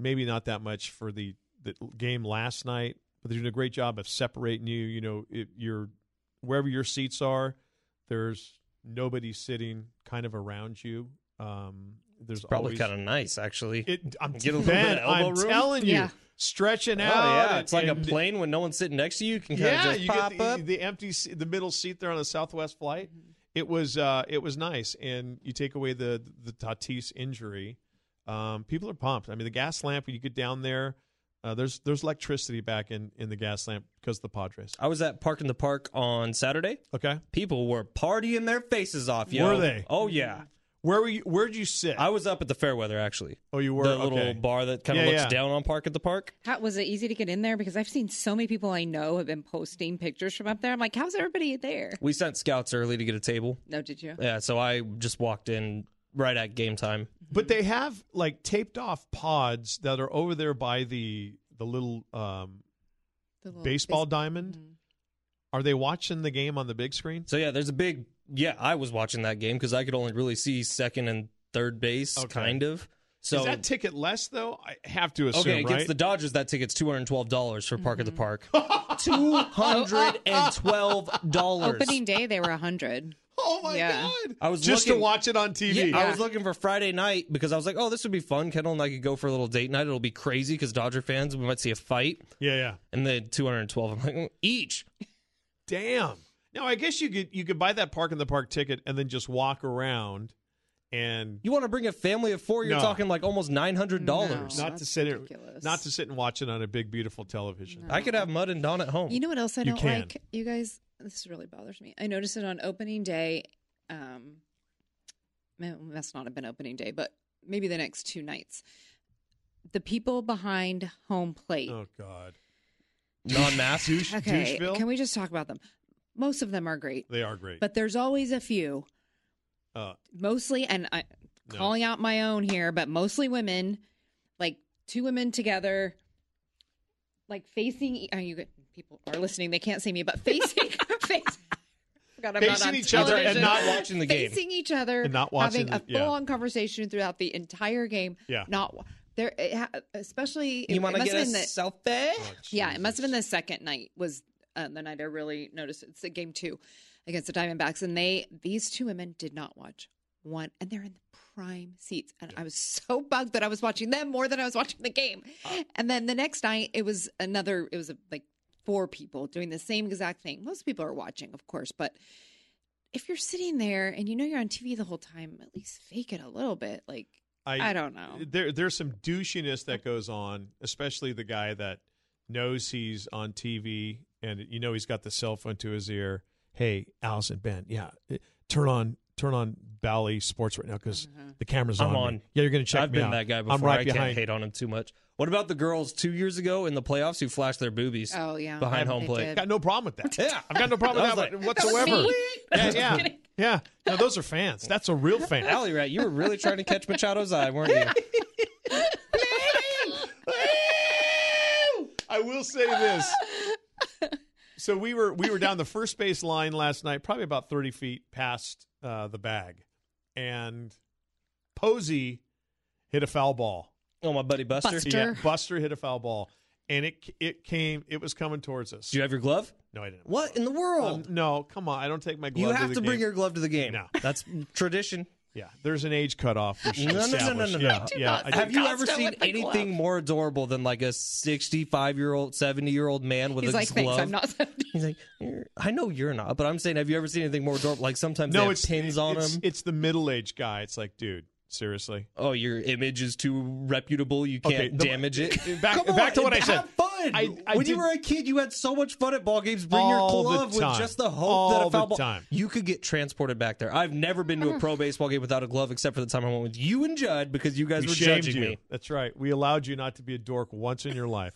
Speaker 6: maybe not that much for the, the game last night, but they're doing a great job of separating you. You know, it, your wherever your seats are, there's nobody sitting kind of around you. Um, there's
Speaker 7: it's probably
Speaker 6: always-
Speaker 7: kind of nice, actually.
Speaker 6: It, I'm
Speaker 7: Get a little
Speaker 6: Ben,
Speaker 7: bit of elbow
Speaker 6: I'm
Speaker 7: room.
Speaker 6: telling you,
Speaker 8: Yeah.
Speaker 6: stretching
Speaker 7: oh
Speaker 6: out.
Speaker 7: yeah,
Speaker 6: and-
Speaker 7: it's like a
Speaker 6: and-
Speaker 7: plane when no one's sitting next to you. You can kind
Speaker 6: yeah,
Speaker 7: of just
Speaker 6: you
Speaker 7: pop
Speaker 6: get the,
Speaker 7: up. Mm-hmm.
Speaker 6: the empty, se- the middle seat there on a Southwest flight. It was, uh, it was nice, and you take away the the Tatis injury. Um, people are pumped. I mean, the gas lamp when you get down there, uh, there's there's electricity back in in the gas lamp because of the Padres.
Speaker 7: I was at Park in the Park on Saturday.
Speaker 6: Okay,
Speaker 7: People were partying their faces off. Yo.
Speaker 6: Were they?
Speaker 7: Oh yeah.
Speaker 6: where were you? Where'd you sit?
Speaker 7: I was up at the Fairweather actually.
Speaker 6: oh, you were
Speaker 7: the little
Speaker 6: okay.
Speaker 7: bar that kind of
Speaker 6: Yeah,
Speaker 7: looks
Speaker 6: yeah.
Speaker 7: down on Park at the Park.
Speaker 8: How, was it easy to get in there? Because I've seen so many people I know have been posting pictures from up there. I'm like, how's everybody there?
Speaker 7: We sent scouts early to get a table.
Speaker 8: No, did you?
Speaker 7: Yeah, so I just walked in right at game time.
Speaker 6: But they have like taped off pods that are over there by the the little um,
Speaker 8: The little
Speaker 6: baseball
Speaker 8: base-
Speaker 6: diamond.
Speaker 7: mm-hmm.
Speaker 6: Are they watching the game on the big screen?
Speaker 7: So yeah, there's a big yeah, I was watching that game cuz I could only really see second and third base
Speaker 6: Okay.
Speaker 7: kind of. So
Speaker 6: is that ticket less though? I have to assume,
Speaker 7: Okay, against
Speaker 6: right?
Speaker 7: the Dodgers that ticket's $212 for Park at the Park. $212.
Speaker 8: Opening day, they were hundred.
Speaker 6: oh my
Speaker 8: Yeah.
Speaker 6: god!
Speaker 7: I was
Speaker 6: just to
Speaker 7: looking-
Speaker 6: watch it on TV.
Speaker 7: Yeah, I was looking for Friday night because I was like, oh, this would be fun. Kendall and I could go for a little date night. It'll be crazy because Dodger fans, we might see a fight.
Speaker 6: yeah, yeah.
Speaker 7: And then 212. I'm like, mm, each.
Speaker 6: Damn. Now I guess you could you could buy that park in the park ticket and then just walk around, and
Speaker 7: You want to bring a family of four? You're
Speaker 6: No.
Speaker 7: talking like almost $900.
Speaker 8: No.
Speaker 6: not to
Speaker 8: that's
Speaker 6: sit
Speaker 8: ridiculous.
Speaker 6: not to sit and watch it on a big beautiful television.
Speaker 7: I could have Mud and Don at home.
Speaker 8: You know what else I
Speaker 6: You
Speaker 8: don't
Speaker 6: can.
Speaker 8: like? You guys, this really bothers me. I noticed it on opening day. Um, man, that's not have been opening day, but maybe the next two nights. The people behind home plate.
Speaker 6: Oh god,
Speaker 7: non mask.
Speaker 6: douche,
Speaker 8: okay,
Speaker 6: doucheville.
Speaker 8: can we just talk about them? Most of them are great,
Speaker 6: they are great.
Speaker 8: but there's always a few.
Speaker 6: Uh,
Speaker 8: Mostly, and I
Speaker 6: No.
Speaker 8: calling out my own here, but mostly women, like two women together, like facing. e- Are you good? People are listening; they can't see me, but facing, face, forgot I'm not
Speaker 6: Facing
Speaker 8: on
Speaker 6: each other and
Speaker 8: television.
Speaker 6: not
Speaker 7: watching the game.
Speaker 8: facing each other
Speaker 6: And not watching
Speaker 8: having
Speaker 6: the-
Speaker 8: a
Speaker 6: yeah.
Speaker 8: full-on conversation throughout the entire game.
Speaker 6: Yeah.
Speaker 8: not wa- there, it ha- especially. it-
Speaker 7: You
Speaker 8: it
Speaker 7: want to
Speaker 8: must
Speaker 7: get
Speaker 8: have
Speaker 7: a
Speaker 8: been the-
Speaker 7: selfie?
Speaker 6: Oh,
Speaker 8: yeah, it must have been the second night was uh, the night I really noticed. It's the game two against the Diamondbacks, and they these two women did not watch one, and they're in the prime seats. And I was so bugged that I was watching them more than I was watching the game. and then the next night, it was another. It was uh, like four people doing the same exact thing. Most people are watching, of course, but if you're sitting there and you know you're on TV the whole time, at least fake it a little bit. Like I don't know.
Speaker 6: There, there's some douchiness that goes on, especially the guy that knows he's on TV and you know he's got the cell phone to his ear. Hey, Allison Ben, yeah, eh, turn on, turn on Bally Sports right now because
Speaker 8: Mm-hmm.
Speaker 6: the camera's
Speaker 7: I'm
Speaker 6: on. me.
Speaker 7: on.
Speaker 6: Yeah, you're gonna check
Speaker 7: I've
Speaker 6: me
Speaker 7: been
Speaker 6: out.
Speaker 7: that guy before.
Speaker 6: I'm right
Speaker 7: I
Speaker 6: behind.
Speaker 7: can't hate on him too much. What about the girls two years ago in the playoffs who flashed their boobies
Speaker 8: Oh yeah,
Speaker 7: behind home
Speaker 8: They
Speaker 7: plate?
Speaker 8: did.
Speaker 6: Got no problem with that. Yeah, I've got no problem with
Speaker 7: That
Speaker 6: that,
Speaker 7: was like-
Speaker 8: That
Speaker 6: whatsoever.
Speaker 8: was me.
Speaker 6: Yeah, yeah, yeah. No, those are fans. That's a real fan.
Speaker 7: Alley Rat, you were really trying to catch Machado's eye, weren't you?
Speaker 6: I will say this. So we were we were down the first base line last night, probably about thirty feet past uh, the bag, and Posey hit a foul ball.
Speaker 7: Oh, my buddy Buster.
Speaker 8: Buster.
Speaker 6: Yeah, Buster hit a foul ball, and it it came. It was coming towards us.
Speaker 7: Do you have your glove?
Speaker 6: no, I didn't.
Speaker 7: What in the
Speaker 6: Um,
Speaker 7: world?
Speaker 6: no, come on! I don't take my glove.
Speaker 7: you have to
Speaker 6: the
Speaker 7: bring
Speaker 6: game.
Speaker 7: your glove to the game.
Speaker 6: No.
Speaker 7: That's tradition.
Speaker 6: Yeah, there's an age cutoff. we should
Speaker 7: No, no, no, no,
Speaker 6: establish.
Speaker 7: no, no.
Speaker 6: Yeah,
Speaker 7: I
Speaker 6: yeah. I
Speaker 7: Have
Speaker 6: do-
Speaker 7: you ever seen anything more adorable than like a 65 year old, 70 year old man with
Speaker 8: He's
Speaker 7: a
Speaker 8: like, thanks,
Speaker 7: glove?
Speaker 8: I'm not.
Speaker 7: He's like, "You're- I know you're not, but I'm saying, have you ever seen anything more adorable? Like sometimes they
Speaker 6: No,
Speaker 7: have
Speaker 6: it's
Speaker 7: pins on
Speaker 6: it's,
Speaker 7: them.
Speaker 6: It's the middle aged guy. It's like, dude, seriously.
Speaker 7: oh, your image is too reputable. You can't
Speaker 6: Okay, the-
Speaker 7: damage it.
Speaker 6: back-
Speaker 7: Come
Speaker 6: back to
Speaker 7: on,
Speaker 6: what I said.
Speaker 7: Have fun.
Speaker 6: I- I
Speaker 7: when you
Speaker 6: did-
Speaker 7: were a kid, you had so much fun at ball games. Bring
Speaker 6: All
Speaker 7: your
Speaker 6: the
Speaker 7: glove with
Speaker 6: time.
Speaker 7: just the hope that
Speaker 6: All
Speaker 7: a foul
Speaker 6: the
Speaker 7: ball.
Speaker 6: time.
Speaker 7: You could get transported back there. I've never been to a pro baseball game without a glove, except for the time I went with you and Judd because you guys
Speaker 6: We
Speaker 7: were
Speaker 6: shamed
Speaker 7: judging
Speaker 6: you.
Speaker 7: me.
Speaker 6: That's right. We allowed you not to be a dork once in your life.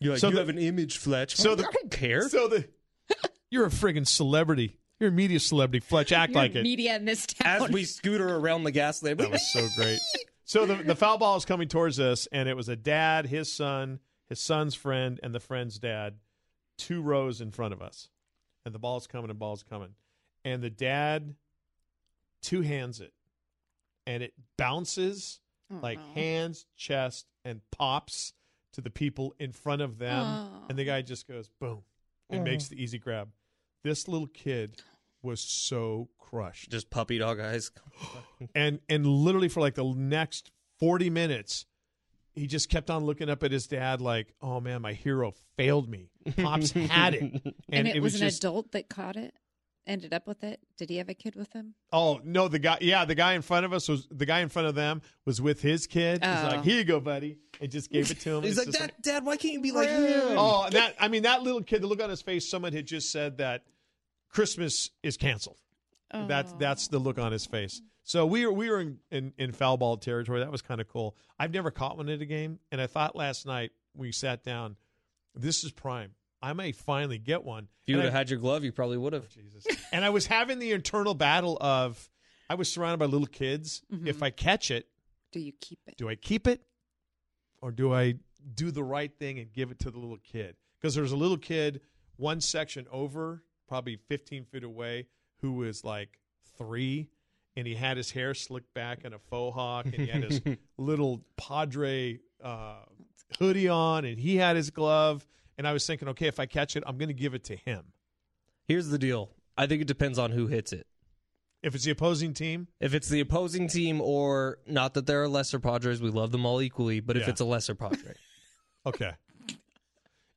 Speaker 7: You're like,
Speaker 6: So
Speaker 7: you
Speaker 6: the-
Speaker 7: have an image, Fletch.
Speaker 6: So the-
Speaker 7: I don't care.
Speaker 6: so the you're a friggin' celebrity. You're a media celebrity, Fletch. Act like it.
Speaker 8: media in this town.
Speaker 7: As we scooter around the gas lamp,
Speaker 6: That was so great. So the the foul ball is coming towards us, and it was a dad, his son, his son's friend, and the friend's dad, two rows in front of us, and the ball's coming and ball's coming, and the dad two hands it, and it bounces
Speaker 8: Oh,
Speaker 6: like hands, chest, and pops to the people in front of them.
Speaker 8: Oh.
Speaker 6: And the guy just goes boom and makes the easy grab. This little kid was so crushed.
Speaker 7: just puppy dog eyes.
Speaker 6: And and literally for like the next 40 minutes, he just kept on looking up at his dad like, oh man, my hero failed me. Pops had it. And,
Speaker 8: and, it, was, an
Speaker 6: just,
Speaker 8: adult that caught it, ended up with it. Did he have a kid with him?
Speaker 6: Oh no, the guy yeah, the guy in front of us was the guy in front of them was with his kid. He's
Speaker 8: Oh.
Speaker 6: like, here you go, buddy. And just gave it to him.
Speaker 7: He's like,
Speaker 6: It's just
Speaker 7: Dad, Dad, why can't you be like him?
Speaker 6: Oh, and that I mean that little kid. The look on his face. Someone had just said that Christmas is canceled. That's that's the look on his face. So we were we were in, in, in foul ball territory. That was kind of cool. I've never caught one at a game, and I thought last night we sat down. This is prime. I may finally get one.
Speaker 7: If you
Speaker 6: And
Speaker 7: would
Speaker 6: I-
Speaker 7: have had your glove, you probably would have.
Speaker 6: Oh, and I was having the internal battle of I was surrounded by little kids. If I catch it,
Speaker 8: Do you keep it?
Speaker 6: do I keep it or do I do the right thing and give it to the little kid? Because there's a little kid one section over, probably 15 feet away, who was like three, and he had his hair slicked back and a faux hawk, and he had his little Padre uh, hoodie on, and he had his glove. And I was thinking, okay, if I catch it, I'm going to give it to him.
Speaker 7: Here's the deal. I think it depends on who hits it.
Speaker 6: If it's the opposing team,
Speaker 7: If it's the opposing team, or not that there are lesser Padres, we love them all equally. But if
Speaker 6: Yeah.
Speaker 7: it's a lesser Padre,
Speaker 6: okay.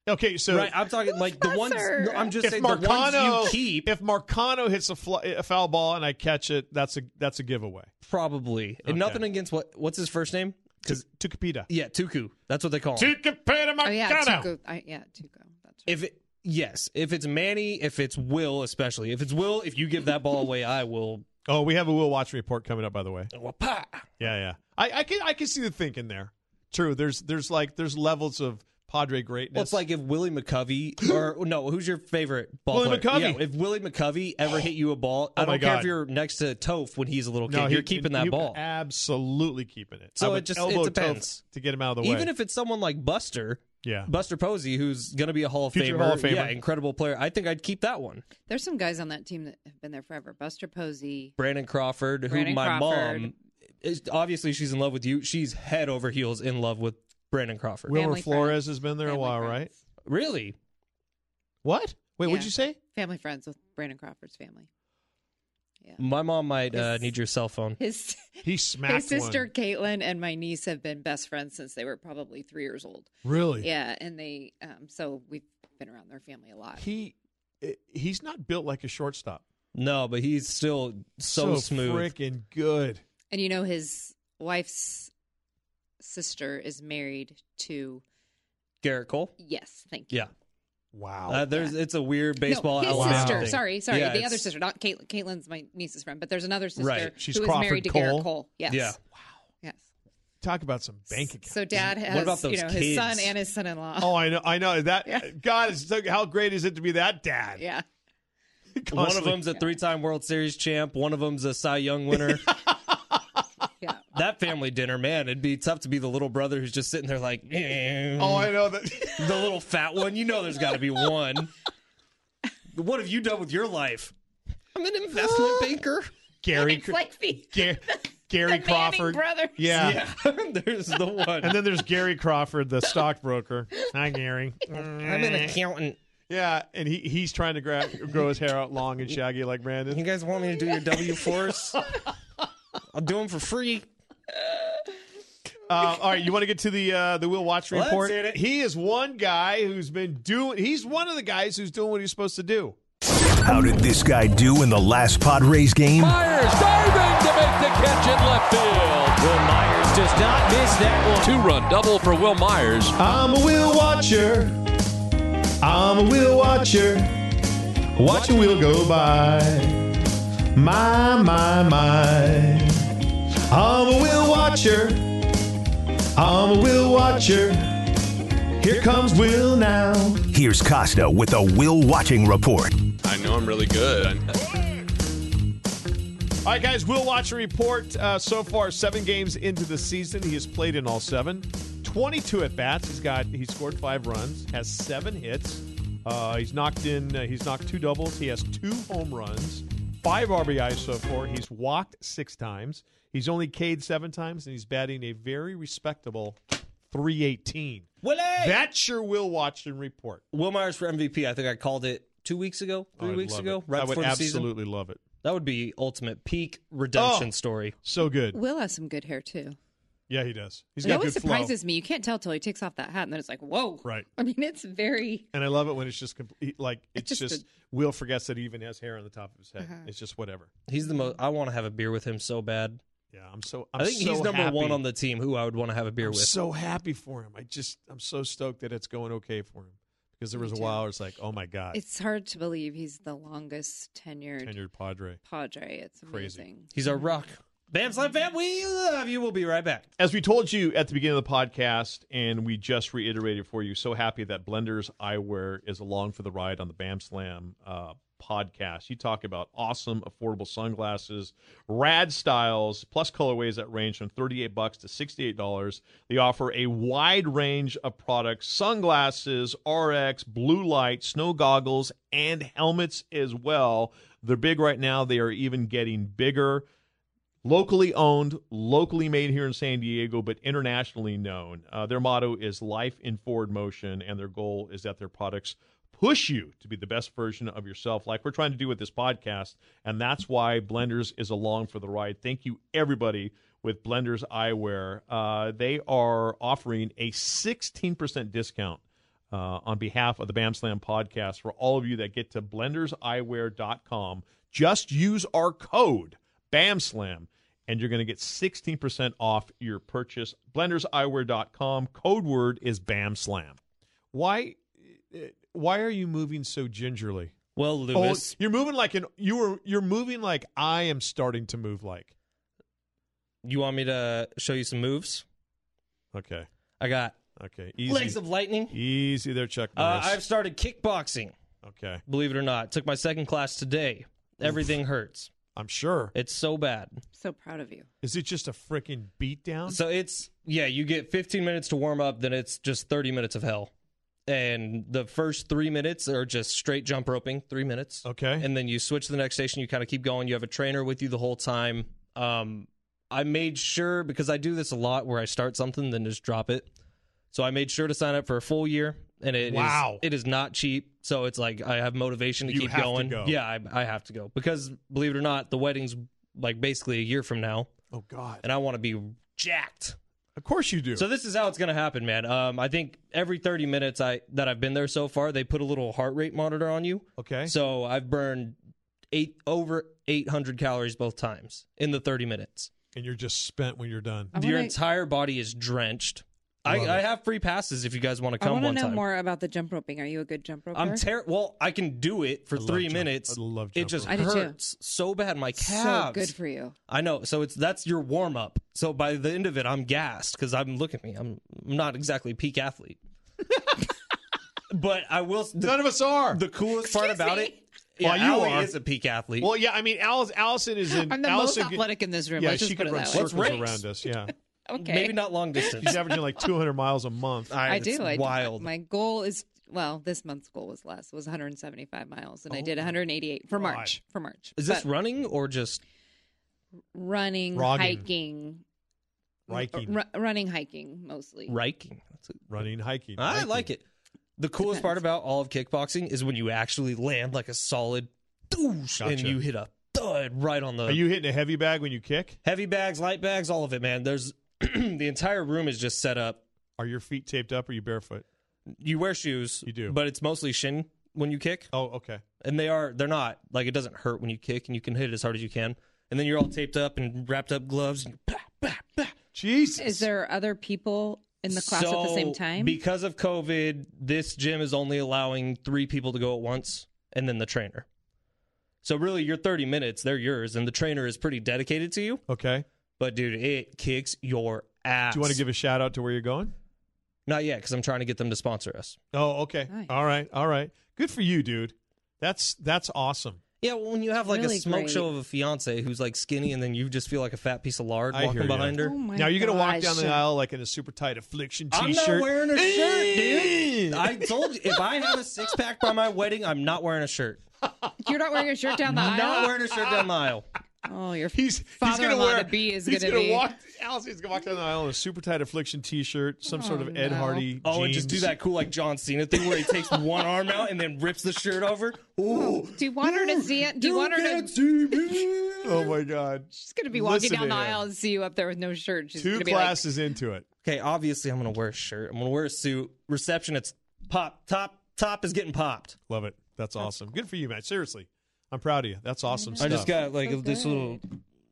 Speaker 6: Okay, so
Speaker 7: right? I'm talking like the ones.
Speaker 8: Lesser.
Speaker 7: no, I'm just
Speaker 6: if
Speaker 7: saying the
Speaker 6: Marcano
Speaker 7: ones you keep
Speaker 6: if Marcano hits a, fl- a foul ball and I catch it, that's a that's a giveaway.
Speaker 7: probably. And
Speaker 6: Okay.
Speaker 7: nothing against what what's his first name? Because
Speaker 6: Tucapita.
Speaker 7: yeah, Tuku. That's what they call him.
Speaker 6: Tucapita
Speaker 8: Oh yeah,
Speaker 6: Marcano.
Speaker 8: Tuco. I, yeah, Tuco. That's right.
Speaker 7: if it, yes, if it's Manny, if it's Will, especially if it's Will, if you give that ball away, I will.
Speaker 6: Oh, we have a Will Watch report coming up, by the way.
Speaker 7: Wha-pa!
Speaker 6: Yeah, yeah. I, I can I can see the thinking there. True. There's there's like there's levels of Padre greatness.
Speaker 7: Well, it's like if Willie McCovey or no, who's your favorite ball
Speaker 6: Willie
Speaker 7: player?
Speaker 6: McCovey.
Speaker 7: Yeah, if Willie McCovey ever hit you a ball, I
Speaker 6: Oh, my
Speaker 7: don't care if
Speaker 6: God.
Speaker 7: you're next to Toph when he's a little kid.
Speaker 6: No, he-
Speaker 7: you're keeping that
Speaker 6: he-
Speaker 7: ball.
Speaker 6: Absolutely keeping it.
Speaker 7: So
Speaker 6: I would
Speaker 7: it just- it
Speaker 6: elbow Toph
Speaker 7: depends.
Speaker 6: to get him out of the way.
Speaker 7: Even if it's someone like Buster,
Speaker 6: yeah.
Speaker 7: Buster Posey, who's going to be a Hall of
Speaker 6: Future
Speaker 7: Famer,
Speaker 6: Hall of Famer.
Speaker 7: yeah, incredible player. I think I'd keep that one.
Speaker 8: There's some guys on that team that have been there forever. Buster Posey.
Speaker 7: Brandon Crawford,
Speaker 8: Brandon
Speaker 7: who my
Speaker 8: Crawford.
Speaker 7: mom is obviously she's in love with you. She's head over heels in love with Brandon Crawford.
Speaker 6: Wilmer
Speaker 8: Family
Speaker 6: Flores
Speaker 8: friends.
Speaker 6: has been there a
Speaker 8: Family
Speaker 6: while,
Speaker 8: friends.
Speaker 6: right?
Speaker 7: Really?
Speaker 6: What? Wait,
Speaker 8: Yeah.
Speaker 6: what'd you say?
Speaker 8: Family friends with Brandon Crawford's family. Yeah.
Speaker 7: My mom might uh,
Speaker 8: His-
Speaker 7: need your cell phone.
Speaker 8: His
Speaker 6: He smacked
Speaker 8: his sister
Speaker 6: one.
Speaker 8: Caitlin and my niece have been best friends since they were probably three years old.
Speaker 6: Really?
Speaker 8: Yeah, and they um, so we've been around their family a lot.
Speaker 6: He eh, he's not built like a shortstop.
Speaker 7: No, but he's still so, smooth.
Speaker 6: freaking good.
Speaker 8: And you know, his wife's sister is married to
Speaker 7: Garrett Cole.
Speaker 8: yes, thank you.
Speaker 7: Yeah,
Speaker 6: Wow.
Speaker 7: uh, there's it's a weird baseball.
Speaker 8: no, his
Speaker 7: Alabama
Speaker 8: sister.
Speaker 7: thing.
Speaker 8: Sorry, sorry,
Speaker 7: Yeah,
Speaker 8: the
Speaker 7: it's-
Speaker 8: other sister, not Caitlin. Caitlin's my niece's friend, but there's another sister
Speaker 7: Right.
Speaker 6: She's
Speaker 8: who is
Speaker 6: Crawford
Speaker 8: married to Garrett
Speaker 6: Cole.
Speaker 8: Cole. Yes.
Speaker 7: Yeah.
Speaker 8: Yes.
Speaker 6: Talk about some bank accounts.
Speaker 8: So dad has
Speaker 7: about those
Speaker 8: you know his son
Speaker 7: kids?
Speaker 8: and his son-in-law.
Speaker 6: Oh, I know, I know that.
Speaker 8: Yeah.
Speaker 6: God, it's so, how great is it to be that dad?
Speaker 8: Yeah.
Speaker 7: One of
Speaker 6: Constantly-
Speaker 7: them's a three-time World Series champ. One of them's a Cy Young winner.
Speaker 8: Yeah.
Speaker 7: that family dinner, man, it'd be tough to be the little brother who's just sitting there like, eh.
Speaker 6: Oh, I know that.
Speaker 7: the little fat one. You know, there's got to be one. What have you done with your life? I'm an investment banker.
Speaker 6: Gary,
Speaker 8: It's like the,
Speaker 6: Gary, Gary
Speaker 8: the Manning
Speaker 6: Crawford.
Speaker 8: brothers.
Speaker 6: Yeah.
Speaker 7: there's the one.
Speaker 6: And then there's Gary Crawford, the stockbroker. Hi, Gary.
Speaker 7: I'm an accountant.
Speaker 6: Yeah, and he, he's trying to gra- grow his hair out long and shaggy like
Speaker 7: You
Speaker 6: Brandon.
Speaker 7: guys want me to do your W fours? I'll do them for free.
Speaker 6: Uh, all right, you want to get to the uh, the Will Watch
Speaker 7: Let's
Speaker 6: report?
Speaker 7: hit it.
Speaker 6: He is one guy who's been doing. He's one of the guys who's doing what he's supposed to do.
Speaker 2: How did this guy do in the last Padres game?
Speaker 9: Myers diving to make the catch in left field. Will Myers does not miss that one. Two run double for Will Myers.
Speaker 6: I'm a wheel watcher. I'm a wheel watcher. Watch a wheel go by. My, my, my. I'm a wheel watcher. I'm a wheel watcher. Here comes Will now.
Speaker 2: Here's Costa with a Will Watching report.
Speaker 10: I know I'm really good.
Speaker 6: All right, guys, Will Watcher report. Uh, so far, seven games into the season, he has played in all seven. 22 at bats. He's got he scored five runs, has seven hits. Uh, he's knocked in. Uh, he's knocked two doubles. He has two home runs, five RBIs so far. He's walked six times. He's only K'd seven times, and he's batting a very respectable 318.
Speaker 7: Willie!
Speaker 6: That's your Will Watcher report.
Speaker 7: Will Myers for MVP. I think I called it two weeks ago,
Speaker 6: I
Speaker 7: three
Speaker 6: would
Speaker 7: weeks
Speaker 6: love
Speaker 7: ago,
Speaker 6: it.
Speaker 7: right
Speaker 6: I would
Speaker 7: before the season.
Speaker 6: absolutely love it.
Speaker 7: That would be ultimate peak redemption
Speaker 6: Oh.
Speaker 7: story.
Speaker 6: So good.
Speaker 8: Will has some good hair too.
Speaker 6: Yeah, he does. He's
Speaker 8: It
Speaker 6: got
Speaker 8: always
Speaker 6: good flow.
Speaker 8: surprises me. You can't tell till he takes off that hat, and then it's like, whoa!
Speaker 6: Right.
Speaker 8: I mean, it's very.
Speaker 6: And I love it when it's just complete, like it's
Speaker 8: just
Speaker 6: just,
Speaker 8: a-
Speaker 6: Will forgets that he even has hair on the top of his head.
Speaker 8: Uh-huh.
Speaker 6: It's just whatever.
Speaker 7: He's the most. I want to have a beer with him so bad.
Speaker 6: Yeah, I'm so.
Speaker 7: i
Speaker 6: I'm
Speaker 7: think he's number one on the team. Who I would want to have a beer
Speaker 6: I'm
Speaker 7: with.
Speaker 6: so happy for him. I just I'm so stoked that it's going okay for him because there
Speaker 8: Me
Speaker 6: was a
Speaker 8: too.
Speaker 6: while where it's like, oh my god,
Speaker 8: It's hard to believe he's the longest tenured,
Speaker 6: tenured Padre.
Speaker 8: Padre. It's
Speaker 6: Crazy.
Speaker 8: amazing.
Speaker 7: He's our rock. Bam Slam Fam, we love you. We'll be right back.
Speaker 6: As we told you at the beginning of the podcast, and we just reiterated for you, so happy that Blenders Eyewear is along for the ride on the Bam Slam uh, podcast. You talk about awesome, affordable sunglasses, rad styles, plus colorways that range from thirty-eight bucks to sixty-eight dollars. They offer a wide range of products: sunglasses, RX, blue light, snow goggles, and helmets as well. They're big right now. They are even getting bigger locally owned, locally made here in San Diego, but internationally known. Uh, their motto is life in forward motion, and their goal is that their products push you to be the best version of yourself, like we're trying to do with this podcast. And that's why Blenders is along for the ride. Thank you, everybody. With Blenders Eyewear, uh, they are offering a 16% discount uh, on behalf of the Bam Slam podcast for all of you that get to blenderseyewear.com. Just use our code BAMSLAM and you're going to get 16% off your purchase. Blenderseyewear.com. Code word is BAMSLAM. Why uh, why are you moving so gingerly? Oh,
Speaker 7: Well, Loomis,
Speaker 6: you're moving like an you were you're moving like I am starting to move like.
Speaker 7: you want me to show you some moves?
Speaker 6: Okay.
Speaker 7: I got
Speaker 6: Okay. Easy.
Speaker 7: legs of lightning.
Speaker 6: Easy there, Chuck
Speaker 7: Uh,
Speaker 6: Norris.
Speaker 7: I've started kickboxing.
Speaker 6: okay.
Speaker 7: Believe it or not, took my second class today. Everything hurts.
Speaker 6: I'm sure.
Speaker 7: It's so bad.
Speaker 8: So proud of you.
Speaker 6: Is it just a freaking beatdown?
Speaker 7: So it's yeah, you get 15 minutes to warm up, then it's just 30 minutes of hell. And the first three minutes are just straight jump roping, three minutes.
Speaker 6: okay.
Speaker 7: and then you switch to the next station you kind of keep going you have a trainer with you the whole time um, i made sure because i do this a lot where i start something then just drop it so i made sure to sign up for a full year and it is-
Speaker 6: Wow.
Speaker 7: it is not cheap So it's like I have motivation to
Speaker 6: You
Speaker 7: keep
Speaker 6: have to
Speaker 7: going.
Speaker 6: go.
Speaker 7: Yeah, I, I have to go because believe it or not, the wedding's like basically a year from now,
Speaker 6: Oh God!
Speaker 7: and I want to be jacked.
Speaker 6: Of course you do.
Speaker 7: So this is how it's going to happen, man. Um, I think every 30 minutes I that I've been there so far, they put a little heart rate monitor on you.
Speaker 6: okay.
Speaker 7: So I've burned eight over 800 calories both times in the 30 minutes.
Speaker 6: and you're just spent when you're done.
Speaker 8: I
Speaker 7: Your
Speaker 8: wanna-
Speaker 7: entire body is drenched. I,
Speaker 6: Love
Speaker 7: I
Speaker 6: it.
Speaker 7: have free passes if you guys want to
Speaker 8: I
Speaker 7: come
Speaker 8: want to
Speaker 7: one
Speaker 8: know
Speaker 7: time.
Speaker 8: more about the jump roping. Are you a good jump roper?
Speaker 7: I'm ter- well, I can do it for
Speaker 6: I love
Speaker 7: three
Speaker 6: jump-
Speaker 7: minutes.
Speaker 6: I love
Speaker 7: it
Speaker 6: jump
Speaker 7: just
Speaker 8: rope. I do too.
Speaker 7: hurts so bad. My calves.
Speaker 8: so good for you.
Speaker 7: I know. So it's that's your warm up. So by the end of it, I'm gassed because I'm look at me. I'm I'm not exactly peak athlete, but I will. The,
Speaker 6: None of us are.
Speaker 7: the coolest part about it, yeah,
Speaker 6: Well, you
Speaker 7: Allie
Speaker 6: are.
Speaker 7: is a peak athlete.
Speaker 6: well, yeah. I mean, Alice, Allison is in.
Speaker 8: I'm the
Speaker 6: Allison
Speaker 8: most
Speaker 6: g-
Speaker 8: athletic in this room.
Speaker 6: Yeah,
Speaker 8: Let's
Speaker 6: she
Speaker 8: just put
Speaker 6: could
Speaker 8: it
Speaker 6: run
Speaker 8: that way.
Speaker 6: circles
Speaker 7: race.
Speaker 6: around us. Yeah,
Speaker 8: Okay.
Speaker 7: Maybe not long distance.
Speaker 6: she's averaging like 200 miles a month.
Speaker 8: I
Speaker 7: It's
Speaker 8: do. I do.
Speaker 7: wild.
Speaker 8: My goal is well, this month's goal was less was 175 miles, and I did
Speaker 6: Oh,
Speaker 8: 188 for March. For March,
Speaker 7: Is this
Speaker 8: But
Speaker 7: running or just
Speaker 8: running,
Speaker 6: Rogging.
Speaker 8: hiking,
Speaker 6: Hiking,
Speaker 8: ru- running, hiking mostly?
Speaker 7: riking? That's a,
Speaker 6: running, hiking.
Speaker 7: I
Speaker 6: hiking.
Speaker 7: like it. The coolest part
Speaker 8: Depends.
Speaker 7: about all of kickboxing is when you actually land like a solid douche and
Speaker 6: Gotcha.
Speaker 7: you hit a thud right on the
Speaker 6: Are you hitting a heavy bag when you kick?
Speaker 7: heavy bags, light bags, all of it, man. There's the entire room is just set up.
Speaker 6: Are your feet taped up? Or are you barefoot?
Speaker 7: You wear shoes,
Speaker 6: You do.
Speaker 7: but it's mostly shin when you kick,
Speaker 6: Oh, okay.
Speaker 7: and they are they're not like it doesn't hurt when you kick, and you can hit it as hard as you can, and then you're all taped up and wrapped up gloves. And bah, bah, bah.
Speaker 6: Jesus.
Speaker 8: Is there other people in the class at the
Speaker 7: So,
Speaker 8: same time?
Speaker 7: Because of COVID, this gym is only allowing three people to go at once and then the trainer. So really your 30 minutes, they're yours, and the trainer is pretty dedicated to you.
Speaker 6: Okay.
Speaker 7: But dude, it kicks your ass.
Speaker 6: Do you want to give a shout out to where you're going?
Speaker 7: Not yet, because I'm trying to get them to sponsor us.
Speaker 6: Oh, okay.
Speaker 8: Nice.
Speaker 6: All right. All right. Good for you, dude. That's that's awesome.
Speaker 7: Yeah, well, when you have like
Speaker 8: Really
Speaker 7: a smoke
Speaker 8: great.
Speaker 7: show of a fiance who's like skinny, and then you just feel like a fat piece of lard
Speaker 6: I hear
Speaker 7: walking
Speaker 6: ya.
Speaker 7: behind her.
Speaker 8: oh my
Speaker 6: now you're gonna walk down the
Speaker 8: gosh.
Speaker 6: aisle like in a super tight affliction
Speaker 7: I'm
Speaker 6: t-shirt.
Speaker 7: not wearing a shirt, dude.
Speaker 6: Eh.
Speaker 7: I told you, if I have a six pack by my wedding, I'm not wearing a shirt.
Speaker 8: You're not wearing a shirt down the
Speaker 7: I'm
Speaker 8: aisle.
Speaker 7: not wearing a shirt down the aisle.
Speaker 8: oh, your
Speaker 6: He's he's gonna
Speaker 8: father-in-law
Speaker 6: wear.
Speaker 8: to be is
Speaker 6: he's
Speaker 8: gonna, be.
Speaker 6: walk. Allison's gonna walk down the aisle in a super tight affliction T-shirt, some sort
Speaker 8: Oh,
Speaker 6: of Ed
Speaker 8: no.
Speaker 6: Hardy.
Speaker 7: Oh, and just do
Speaker 6: jeans.
Speaker 7: that cool like John Cena thing where he takes one arm out and then rips the shirt over. Ooh,
Speaker 8: do you want her to see it? Do you want her to? She's
Speaker 6: Oh my God.
Speaker 8: gonna be walking
Speaker 6: Listen
Speaker 8: down
Speaker 6: to
Speaker 8: the
Speaker 6: him.
Speaker 8: aisle and see you up there with no shirt. She's
Speaker 6: Two
Speaker 8: gonna be
Speaker 6: classes into it.
Speaker 7: Okay, obviously I'm gonna wear a shirt. I'm gonna wear a suit. Reception, it's pop top top is getting popped.
Speaker 6: Love it. That's awesome. Good for you, man. Seriously, I'm proud of you. That's awesome
Speaker 7: I
Speaker 6: stuff.
Speaker 7: just got like
Speaker 8: So
Speaker 7: this
Speaker 8: good.
Speaker 7: little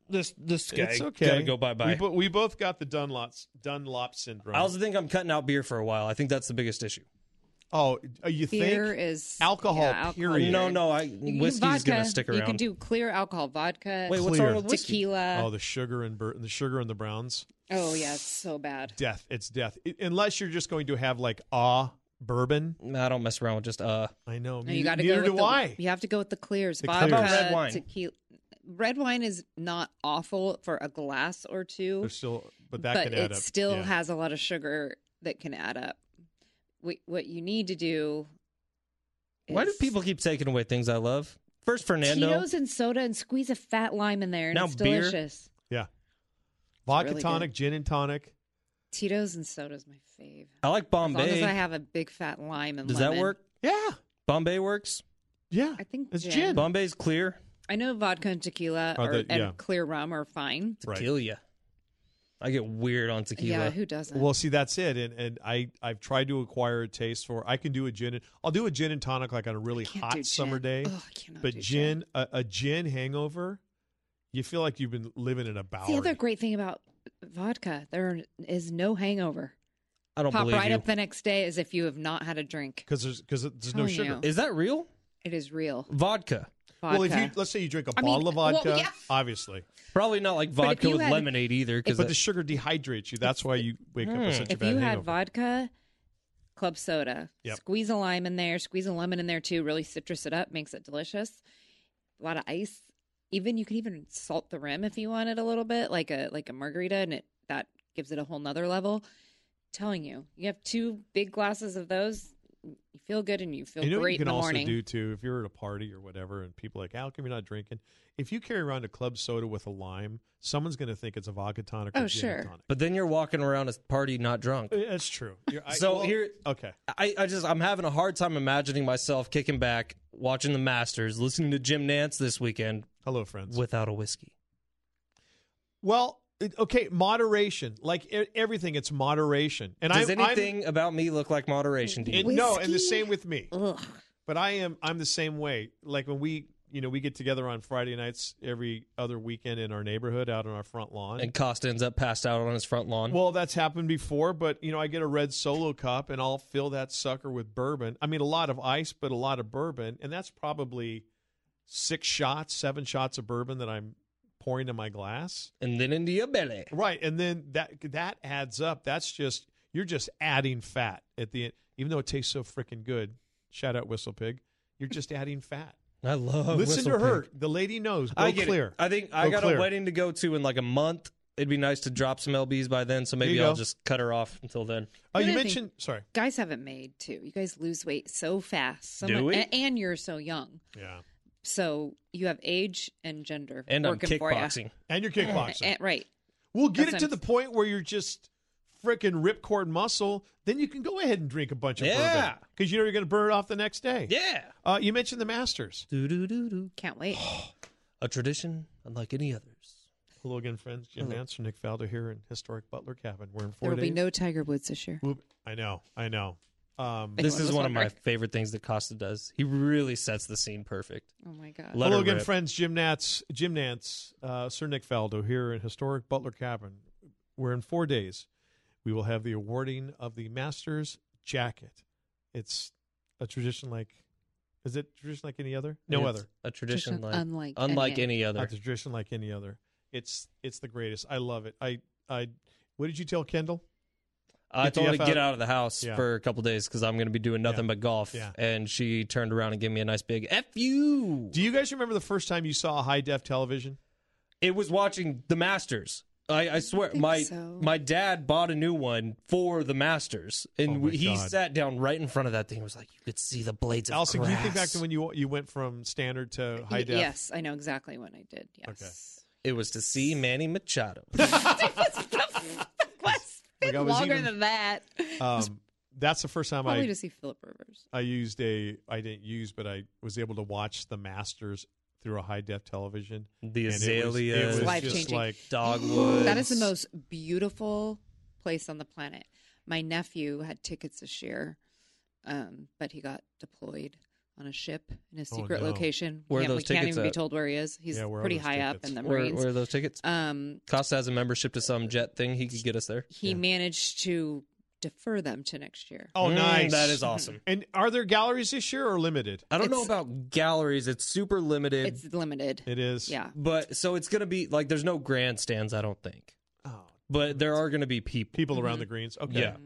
Speaker 7: this this guy.
Speaker 6: It's okay.
Speaker 7: Gotta go bye
Speaker 6: We,
Speaker 7: bye.
Speaker 6: bo- we both got the Dunlop's Dunlop syndrome.
Speaker 7: I also think I'm cutting out beer for a while. I think that's the biggest issue.
Speaker 6: oh, uh, you
Speaker 8: like, beer
Speaker 6: think?
Speaker 8: is
Speaker 6: Alcohol,
Speaker 8: yeah, alcohol
Speaker 6: period.
Speaker 7: No, no, I
Speaker 8: You can do
Speaker 7: whiskey's gonna
Speaker 8: vodka.
Speaker 7: stick
Speaker 8: You can
Speaker 7: around.
Speaker 8: do clear alcohol, vodka,
Speaker 7: Wait, what's
Speaker 6: Clear.
Speaker 7: wrong with whiskey?
Speaker 8: tequila.
Speaker 6: oh, the sugar and bur- the sugar and the browns.
Speaker 8: Oh yeah, it's so bad.
Speaker 6: Death. It's death. I- unless you're just going to have like ah bourbon.
Speaker 7: Nah, I don't mess around with just uh.
Speaker 6: I know.
Speaker 8: No,
Speaker 6: ne-
Speaker 8: you got to go
Speaker 6: neither
Speaker 8: with
Speaker 6: do
Speaker 8: the,
Speaker 6: I.
Speaker 8: You have to go with the clears.
Speaker 6: The
Speaker 8: vodka,
Speaker 6: clears. How
Speaker 7: about red wine?
Speaker 8: tequila. Red wine is not awful for a glass or two,
Speaker 6: There's still, but that
Speaker 8: but
Speaker 6: can add
Speaker 8: it
Speaker 6: up.
Speaker 8: still
Speaker 6: Yeah.
Speaker 8: has a lot of sugar that can add up. What, what you need to do.
Speaker 7: Why do
Speaker 8: is
Speaker 7: people keep taking away things I love? First Fernando.
Speaker 8: Tito's and soda and squeeze a fat lime in there, and
Speaker 7: Now
Speaker 8: it's
Speaker 7: beer.
Speaker 8: delicious.
Speaker 6: vodka
Speaker 8: really good.
Speaker 6: tonic, gin and tonic.
Speaker 8: Tito's and soda is my fave.
Speaker 7: I like
Speaker 8: As long as I
Speaker 7: Bombay.
Speaker 8: have a big fat lime and
Speaker 7: Does
Speaker 8: lemon.
Speaker 7: that work?
Speaker 6: Yeah,
Speaker 7: Bombay works.
Speaker 6: yeah.
Speaker 8: I think
Speaker 6: it's
Speaker 8: yeah.
Speaker 6: gin.
Speaker 7: Bombay's clear.
Speaker 8: I know vodka and tequila
Speaker 6: Are
Speaker 8: or,
Speaker 6: Oh, the- yeah.
Speaker 8: and clear rum are fine.
Speaker 6: Right.
Speaker 7: Kill ya. I get weird on tequila.
Speaker 8: Yeah, who doesn't?
Speaker 6: Well, see, that's it, and and I I've tried to acquire a taste for. I can do a gin. And, I'll do a gin and tonic like on a really
Speaker 8: Can't do
Speaker 6: hot summer
Speaker 8: gin.
Speaker 6: day.
Speaker 8: Ugh, I cannot
Speaker 6: but
Speaker 8: do
Speaker 6: gin, a, a gin hangover, you feel like you've been living in a bower.
Speaker 8: The other great thing about vodka, there is no hangover.
Speaker 7: I don't
Speaker 8: Pop
Speaker 7: believe
Speaker 8: right
Speaker 7: you.
Speaker 8: up the next day as if you have not had a drink.
Speaker 6: because there's because there's no
Speaker 8: Telling
Speaker 6: sugar.
Speaker 8: you.
Speaker 7: Is that real?
Speaker 8: It is real
Speaker 7: Vodka.
Speaker 8: vodka.
Speaker 6: Well, if you let's say you drink a
Speaker 8: I mean,
Speaker 6: bottle of
Speaker 8: well,
Speaker 6: vodka,
Speaker 8: yeah.
Speaker 6: obviously,
Speaker 7: Probably not like
Speaker 8: if
Speaker 7: vodka
Speaker 8: you
Speaker 7: with
Speaker 8: had-
Speaker 7: lemonade either. Because
Speaker 6: but the sugar dehydrates you. That's why you wake up with
Speaker 7: Hmm.
Speaker 6: such a
Speaker 8: Mm. if
Speaker 6: bad
Speaker 8: you had
Speaker 6: hangover.
Speaker 8: vodka, club soda,
Speaker 6: Yep.
Speaker 8: squeeze a lime in there, squeeze a lemon in there too. Really citrus it up, makes it delicious. A lot of ice. Even you could even salt the rim if you wanted a little bit, like a like a margarita, and it that gives it a whole nother level. Telling you, you have two big glasses of those. you feel good and you feel
Speaker 6: you know what
Speaker 8: great
Speaker 6: you can
Speaker 8: in the
Speaker 6: also
Speaker 8: morning.
Speaker 6: do too if you're at a party or whatever and people are like how come you're not drinking if you carry around a club soda with a lime someone's going to think it's a vodka tonic or
Speaker 8: Oh,
Speaker 6: gin
Speaker 8: sure.
Speaker 6: tonic.
Speaker 7: But then you're walking around a party not drunk.
Speaker 6: Uh, that's true You're- I-
Speaker 7: So
Speaker 6: well,
Speaker 7: here-
Speaker 6: okay
Speaker 7: I, I just I'm having a hard time imagining myself kicking back, watching the Masters, listening to Jim Nance this weekend
Speaker 6: hello friends
Speaker 7: without a whiskey.
Speaker 6: well it- okay moderation like e- everything it's moderation and
Speaker 7: Does
Speaker 6: I'm, I'm-
Speaker 7: anything about me look like moderation to you?
Speaker 6: it- no and the
Speaker 8: Whiskey?
Speaker 6: same with me
Speaker 8: Ugh.
Speaker 6: but I am I'm the same way. Like when we you know we get together on Friday nights every other weekend in our neighborhood out on our front lawn.
Speaker 7: and Costa ends up passed out on his front lawn.
Speaker 6: well, that's happened before, but you know I get a red solo cup and I'll fill that sucker with bourbon. I mean a lot of ice, but a lot of bourbon, and that's probably six shots, seven shots of bourbon that I'm pouring in my glass.
Speaker 7: and then into your belly.
Speaker 6: Right, and then that that adds up. That's just you're just adding fat at the end, even though it tastes so freaking good. Shout out Whistle Pig. You're just adding fat.
Speaker 7: I love.
Speaker 6: Listen to
Speaker 7: Oh, Whistle
Speaker 6: her.
Speaker 7: Pig.
Speaker 6: The lady knows. Go
Speaker 7: I get it.
Speaker 6: clear.
Speaker 7: I think I
Speaker 6: Go
Speaker 7: got
Speaker 6: clear.
Speaker 7: a wedding to go to in like a month. It'd be nice to drop some lbs by then, so maybe
Speaker 6: you
Speaker 7: I'll
Speaker 6: go.
Speaker 7: just cut her off until then.
Speaker 6: Oh, you
Speaker 8: Another thing-
Speaker 6: mentioned. Sorry.
Speaker 8: Guys haven't made too. You guys lose weight so fast. Some-
Speaker 7: Do we?
Speaker 8: a- And you're so young.
Speaker 6: Yeah.
Speaker 8: So you have age and gender
Speaker 7: And I'm
Speaker 8: working for you.
Speaker 7: kickboxing.
Speaker 6: And your
Speaker 8: A-
Speaker 6: kickboxing.
Speaker 8: a- right.
Speaker 6: we'll get it
Speaker 8: Eh, that's
Speaker 6: to
Speaker 8: what
Speaker 6: the
Speaker 8: I'm-
Speaker 6: point where you're just freaking ripcord muscle. Then you can go ahead and drink a bunch of
Speaker 7: Yeah.
Speaker 6: Because you know you're going to burn it off the next day.
Speaker 7: Yeah.
Speaker 6: Uh, you mentioned the Masters.
Speaker 7: Do do do do.
Speaker 8: Can't wait.
Speaker 7: A tradition unlike any others.
Speaker 6: Hello again, friends. Jim Nance and Nick Faldo here in historic Butler Cabin. We're in four
Speaker 8: There will
Speaker 6: days.
Speaker 8: be no Tiger Woods this year.
Speaker 6: We'll- I know. I know. Um,
Speaker 8: Anyone
Speaker 7: This is
Speaker 8: was
Speaker 7: one of my
Speaker 8: wondering.
Speaker 7: favorite things that Costa does. He really sets the scene perfect.
Speaker 8: Oh my god.
Speaker 7: Let
Speaker 6: Hello
Speaker 7: her
Speaker 6: again,
Speaker 7: rip.
Speaker 6: friends. Jim Nance, Jim Nance, uh, Sir Nick Faldo here in historic Butler Cabin. Where in four days, we will have the awarding of the Masters jacket. It's a tradition like, is it tradition like any other? No
Speaker 7: It's
Speaker 6: other.
Speaker 7: A tradition,
Speaker 8: Tradition
Speaker 7: like,
Speaker 8: unlike any
Speaker 7: unlike
Speaker 8: other.
Speaker 7: any other.
Speaker 6: Not a tradition like any other. It's it's the greatest. I love it. I I. What did you tell Kendall?
Speaker 7: Uh, I
Speaker 6: Get the
Speaker 7: told her to
Speaker 6: F
Speaker 7: get
Speaker 6: out.
Speaker 7: out of the house
Speaker 6: Yeah.
Speaker 7: for a couple days because I'm going to be doing nothing
Speaker 6: Yeah.
Speaker 7: but golf.
Speaker 6: Yeah.
Speaker 7: And she turned around and gave me a nice big F you.
Speaker 6: Do you guys remember the first time you saw high def television?
Speaker 7: It was watching the Masters. I, I swear,
Speaker 8: think
Speaker 7: my
Speaker 8: so.
Speaker 7: my dad bought a new one for the Masters,
Speaker 6: Oh my
Speaker 7: and we he
Speaker 6: God.
Speaker 7: sat down right in front of that thing. and was like you could see the blades of
Speaker 6: Allison,
Speaker 7: grass.
Speaker 6: can you think back to when you you went from standard to high
Speaker 8: Y-
Speaker 6: def?
Speaker 8: Yes, I know exactly when I did. Yes.
Speaker 7: it was to see Manny Machado.
Speaker 8: What's
Speaker 6: Like,
Speaker 8: been
Speaker 6: I was
Speaker 8: longer
Speaker 6: even-
Speaker 8: than that?
Speaker 6: Um, that's the first time
Speaker 8: Probably
Speaker 6: I
Speaker 8: to see Philip Rivers.
Speaker 6: I used a I didn't use, but I was able to watch the Masters through a high def television.
Speaker 7: the
Speaker 6: And it was- it was,
Speaker 7: azaleas,
Speaker 8: Life
Speaker 6: just
Speaker 8: changing.
Speaker 6: like
Speaker 7: dogwood.
Speaker 8: That is the most beautiful place on the planet. My nephew had tickets this year, um, but he got deployed on a ship in a
Speaker 6: Oh,
Speaker 8: secret
Speaker 6: no.
Speaker 8: location.
Speaker 7: Where are
Speaker 8: Can't-
Speaker 7: those
Speaker 8: we can't
Speaker 7: tickets
Speaker 8: even
Speaker 7: at?
Speaker 8: be told where he is. He's
Speaker 6: Yeah, where are
Speaker 8: pretty
Speaker 6: those
Speaker 8: high up
Speaker 6: tickets?
Speaker 8: in the
Speaker 7: Where,
Speaker 8: Marines.
Speaker 7: where are those tickets?
Speaker 8: um,
Speaker 7: Costa has a membership to some jet thing. He could get us there.
Speaker 8: he managed to defer them to next year.
Speaker 6: oh
Speaker 7: Mm,
Speaker 6: nice
Speaker 7: that is awesome.
Speaker 6: And are there galleries this year or limited?
Speaker 7: I don't know
Speaker 8: It's-
Speaker 7: about galleries. It's super limited,
Speaker 8: It's limited.
Speaker 6: It is
Speaker 8: yeah.
Speaker 7: but so it's gonna be like there's no grandstands. I don't think,
Speaker 6: Oh,
Speaker 7: but there are gonna be people.
Speaker 6: people around the greens. Okay,
Speaker 7: Yeah.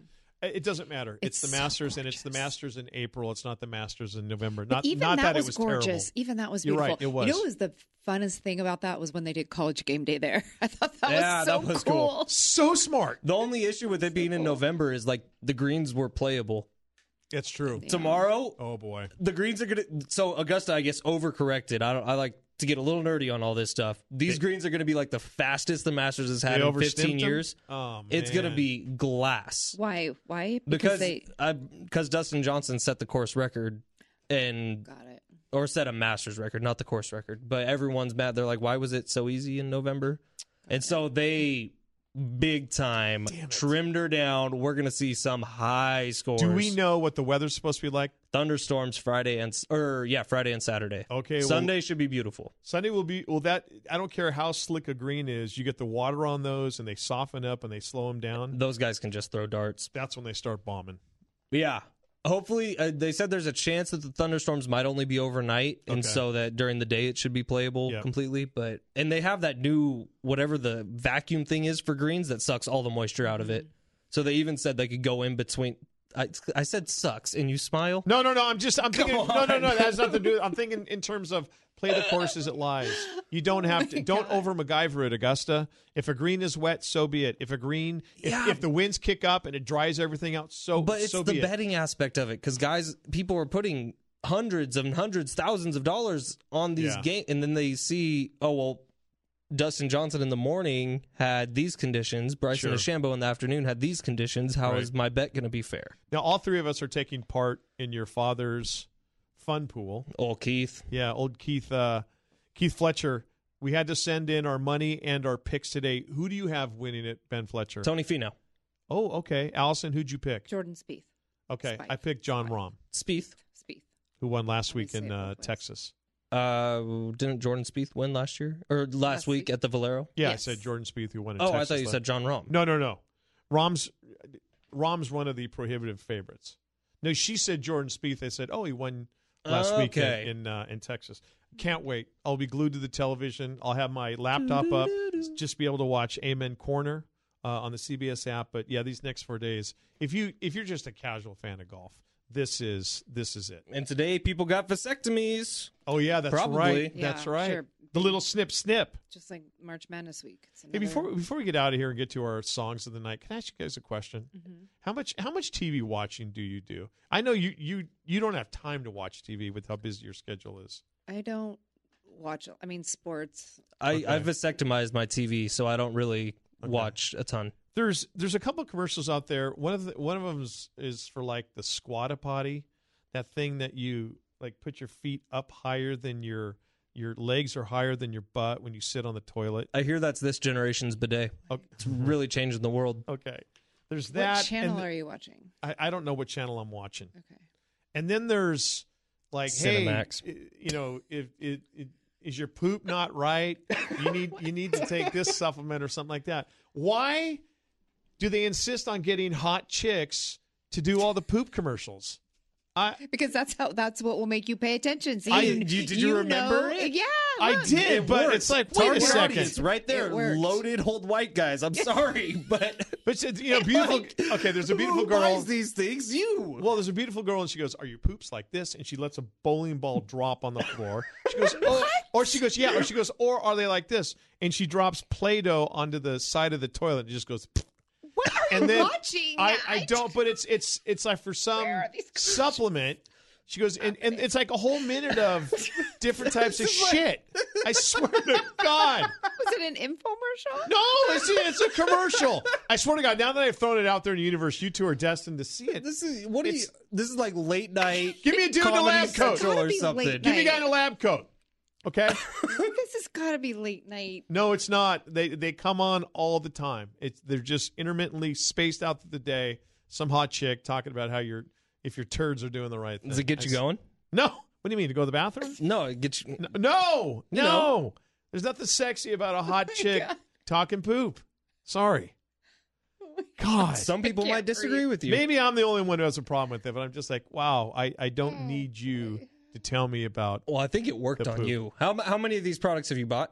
Speaker 6: I- it doesn't matter. It's,
Speaker 8: Mm-hmm. It's
Speaker 6: the
Speaker 8: so
Speaker 6: Masters, and it's the Masters in April. It's not the Masters in November.
Speaker 8: But
Speaker 6: Not
Speaker 8: even
Speaker 6: not
Speaker 8: that,
Speaker 6: that,
Speaker 8: was,
Speaker 6: it was
Speaker 8: gorgeous.
Speaker 6: terrible.
Speaker 8: Even that was
Speaker 6: You're
Speaker 8: beautiful.
Speaker 6: right, it was.
Speaker 8: You know, what was the funnest thing about that was when they did college game day there. I thought that
Speaker 7: Yeah,
Speaker 8: was so
Speaker 7: that was cool.
Speaker 8: cool.
Speaker 6: So smart.
Speaker 7: The only issue with it being in November is like the greens were playable.
Speaker 6: It's true.
Speaker 7: Tomorrow,
Speaker 6: Oh boy.
Speaker 7: the greens are gonna. So Augusta, I guess, overcorrected. I don't. I like to get a little nerdy on all this stuff. These greens are gonna be like the fastest the Masters has had
Speaker 6: They
Speaker 7: in
Speaker 6: overstimped
Speaker 7: 15
Speaker 6: them?
Speaker 7: years.
Speaker 6: Oh,
Speaker 7: It's gonna
Speaker 6: man.
Speaker 7: be glass
Speaker 8: Why? Why?
Speaker 7: because
Speaker 8: they
Speaker 7: because Dustin Johnson set the course record and
Speaker 8: got it.
Speaker 7: or set a Masters record, not the course record. But everyone's mad. They're like, why was it so easy in November? And so they big time trimmed her down. We're gonna see some high scores.
Speaker 6: Do we know what the weather's supposed to be like?
Speaker 7: thunderstorms Friday and or yeah Friday and Saturday?
Speaker 6: Okay, well-
Speaker 7: Sunday should be beautiful.
Speaker 6: Sunday will be well. That I don't care how slick a green is. You get the water on those, and they soften up and they slow them down.
Speaker 7: Those guys can just throw darts.
Speaker 6: That's when they start bombing.
Speaker 7: Yeah. Hopefully, uh, they said there's a chance that the thunderstorms might only be overnight, and
Speaker 6: Okay.
Speaker 7: so that during the day it should be playable
Speaker 6: Yeah.
Speaker 7: completely. But and they have that new whatever the vacuum thing is for greens that sucks all the moisture out of it. So they even said they could go in between. I, I said sucks, and you smile.
Speaker 6: No, no, no. I'm just I'm thinking.
Speaker 7: Come
Speaker 6: No, no, no.
Speaker 7: on.
Speaker 6: That has nothing to do. I'm thinking in terms of play the course as it lies. You don't
Speaker 7: Oh
Speaker 6: have to. Don't over MacGyver at Augusta. If a green is wet, so be it. If a green, if,
Speaker 7: Yeah.
Speaker 6: if the winds kick up and it dries everything out, so
Speaker 7: But it's
Speaker 6: so
Speaker 7: the
Speaker 6: be it.
Speaker 7: betting aspect of it because guys, people are putting hundreds and hundreds, thousands of dollars on these
Speaker 6: Yeah.
Speaker 7: games, and then they see, oh well, Dustin Johnson in the morning had these conditions, Bryson
Speaker 6: Sure.
Speaker 7: DeChambeau in the afternoon had these conditions. How is
Speaker 6: Right.
Speaker 7: my bet going to be fair?
Speaker 6: Now all three of us are taking part in your father's fun pool.
Speaker 7: Oh, Keith,
Speaker 6: Yeah, old Keith uh, Keith Fletcher. We had to send in our money and our picks today. Who do you have winning it, Ben Fletcher?
Speaker 7: Tony Fino,
Speaker 6: Oh, okay. Allison, who'd you pick?
Speaker 8: Jordan Spieth.
Speaker 6: Okay,
Speaker 8: Spike.
Speaker 6: I picked John Rahm,
Speaker 7: Spieth.
Speaker 8: Spieth.
Speaker 6: who won last
Speaker 8: Let me
Speaker 6: week
Speaker 8: see
Speaker 6: in
Speaker 8: it real
Speaker 6: uh,
Speaker 8: quick.
Speaker 6: Texas.
Speaker 7: Uh, didn't Jordan Spieth win last year or last,
Speaker 8: Last
Speaker 7: week,
Speaker 8: week?
Speaker 7: at the Valero?
Speaker 6: Yeah,
Speaker 8: Yes.
Speaker 6: I said Jordan Spieth, who won in
Speaker 7: Oh, I
Speaker 6: Texas.
Speaker 7: thought you
Speaker 6: last-
Speaker 7: said John Rom.
Speaker 6: No, no, no. Rom's Rom's one of the prohibitive favorites. No, she said Jordan Spieth. I said, oh, he won last week in
Speaker 7: Okay.
Speaker 6: in, uh, in Texas. Can't wait. I'll be glued to the television. I'll have my laptop up, just be able to watch Amen Corner uh, on the CBS app. But yeah, these next four days, if you if you're just a casual fan of golf, this is this is it.
Speaker 7: And today, people got vasectomies.
Speaker 6: Oh yeah, that's
Speaker 7: Probably.
Speaker 6: right.
Speaker 8: Yeah,
Speaker 6: that's right.
Speaker 8: sure.
Speaker 6: The little snip snip.
Speaker 8: Just like March Madness week. It's
Speaker 6: Hey,
Speaker 8: another-
Speaker 6: before before we get out of here and get to our songs of the night, can I ask you guys a question?
Speaker 8: Mm-hmm.
Speaker 6: How much how much TV watching do you do? I know you you you don't have time to watch TV with how busy your schedule is.
Speaker 8: I don't watch. I mean, sports.
Speaker 7: I,
Speaker 6: Okay.
Speaker 7: I vasectomized my TV, so I don't really watch a ton.
Speaker 6: There's there's a couple of commercials out there. One of the, one of them is, is for like the squat potty, that thing that you like put your feet up higher than your your legs are higher than your butt when you sit on the toilet.
Speaker 7: I hear that's this generation's bidet.
Speaker 6: Okay.
Speaker 7: It's really changing the world.
Speaker 6: Okay. There's that.
Speaker 8: what channel
Speaker 6: and
Speaker 8: are you watching?
Speaker 6: I, I don't know what channel I'm watching.
Speaker 8: Okay.
Speaker 6: And then there's like,
Speaker 7: Cinemax.
Speaker 6: hey, i- you know, if it, it is your poop not right, you need you need to take this supplement or something like that. Why do they insist on getting hot chicks to do all the poop commercials? I
Speaker 8: Because that's how. That's what will make you pay attention. See,
Speaker 6: I- you- did you remember
Speaker 8: know-
Speaker 6: it?
Speaker 8: Yeah.
Speaker 6: I
Speaker 8: look.
Speaker 6: did, but it's like wait a
Speaker 7: Target
Speaker 6: second.
Speaker 7: audience right there,
Speaker 8: It works.
Speaker 7: loaded old white guys. I'm sorry, but
Speaker 6: But it's- you know, beautiful. okay, there's a beautiful
Speaker 7: who
Speaker 6: girl.
Speaker 7: buys these things. You.
Speaker 6: Well, there's a beautiful girl, and she goes, "Are your poops like this?" And she lets a bowling ball drop on the floor. She goes, oh, or she goes, "Yeah," or she goes, "Or are they like this?" And she drops Play-Doh onto the side of the toilet. and just goes.
Speaker 8: What are
Speaker 6: And
Speaker 8: you
Speaker 6: then
Speaker 8: watching?
Speaker 6: I, I don't, but it's it's it's like for some
Speaker 8: Where are these commercials?
Speaker 6: supplement. She goes, and, and it's like a whole minute of different types of shit. I swear to God.
Speaker 8: Was it an infomercial?
Speaker 6: No, it's, it's a commercial. I swear to God, now that I've thrown it out there in the universe, you two are destined to see it.
Speaker 7: this is what do you?
Speaker 6: It's-
Speaker 7: This is like late night.
Speaker 6: Give me a dude in a
Speaker 7: Comedy
Speaker 6: lab coat.
Speaker 7: Central or
Speaker 8: It's gotta be
Speaker 7: something.
Speaker 8: late
Speaker 6: Give me a guy in a
Speaker 8: night.
Speaker 6: lab coat. Okay?
Speaker 8: This has got to be late night.
Speaker 6: no, it's not. They they come on all the time. It's they're just intermittently spaced out through the day. Some hot chick talking about how your if your turds are doing the right thing.
Speaker 7: Does it get you
Speaker 6: I s-
Speaker 7: going?
Speaker 6: No. What do you mean to go to the bathroom?
Speaker 7: No, it gets you.
Speaker 6: No, no.
Speaker 7: You Oh know.
Speaker 6: There's nothing sexy about a hot chick talking poop. Sorry.
Speaker 7: Oh
Speaker 6: God.
Speaker 7: Some people
Speaker 8: can't
Speaker 7: might disagree
Speaker 8: breathe.
Speaker 7: with you.
Speaker 6: Maybe I'm the only one who has a problem with it, but I'm just like, wow, I, I
Speaker 7: Oh
Speaker 6: don't need you to tell me about
Speaker 7: Well, I think it worked
Speaker 6: The
Speaker 7: on
Speaker 6: poop.
Speaker 7: you. How m- how many of these products have you bought?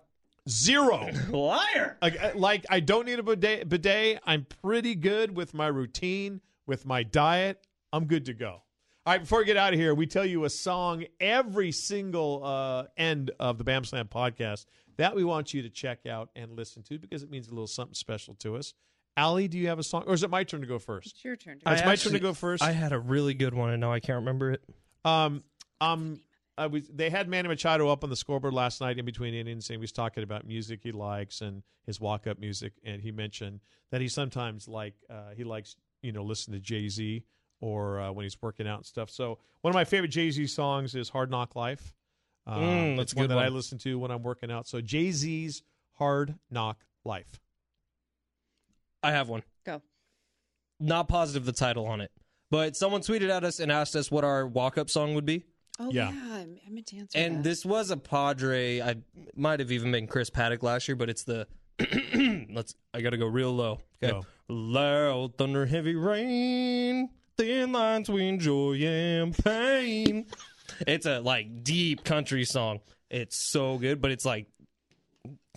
Speaker 6: zero.
Speaker 7: Liar.
Speaker 6: Like- like I don't need a bidet, bidet. I'm pretty good with my routine, with my diet. I'm good to go. All right, before we get out of here, we tell you a song every single uh, end of the Bam Slam podcast that we want you to check out and listen to because it means a little something special to us. Allie, do you have a song, or is it my turn to go first?
Speaker 8: It's your turn. To
Speaker 6: It's my
Speaker 7: actually-
Speaker 6: turn to go first.
Speaker 7: I had a really good one, and now I can't remember it.
Speaker 6: Um, um, I was. They had Manny Machado up on the scoreboard last night in between innings, and he was talking about music he likes and his walk-up music, and he mentioned that he sometimes like uh, he likes you know listen to Jay Z or uh, when he's working out and stuff. So one of my favorite Jay Z songs is "Hard Knock Life." Uh,
Speaker 7: Mm, that's
Speaker 6: it's
Speaker 7: a
Speaker 6: one
Speaker 7: good
Speaker 6: that I
Speaker 7: one.
Speaker 6: listen to when I'm working out. So Jay Z's "Hard Knock Life."
Speaker 7: I have one.
Speaker 8: Go.
Speaker 7: Not positive the title on it, but someone tweeted at us and asked us what our walk up song would be.
Speaker 8: Oh
Speaker 6: Yeah.
Speaker 8: yeah, I'm, I meant to answer
Speaker 7: And
Speaker 8: that.
Speaker 7: this was a Padre. I might have even been Chris Paddock last year, but it's the. let's. I got to go real low. Okay.
Speaker 6: Go.
Speaker 7: Loud thunder, heavy rain, thin lines between joy and pain. it's a like deep country song. It's so good, but it's like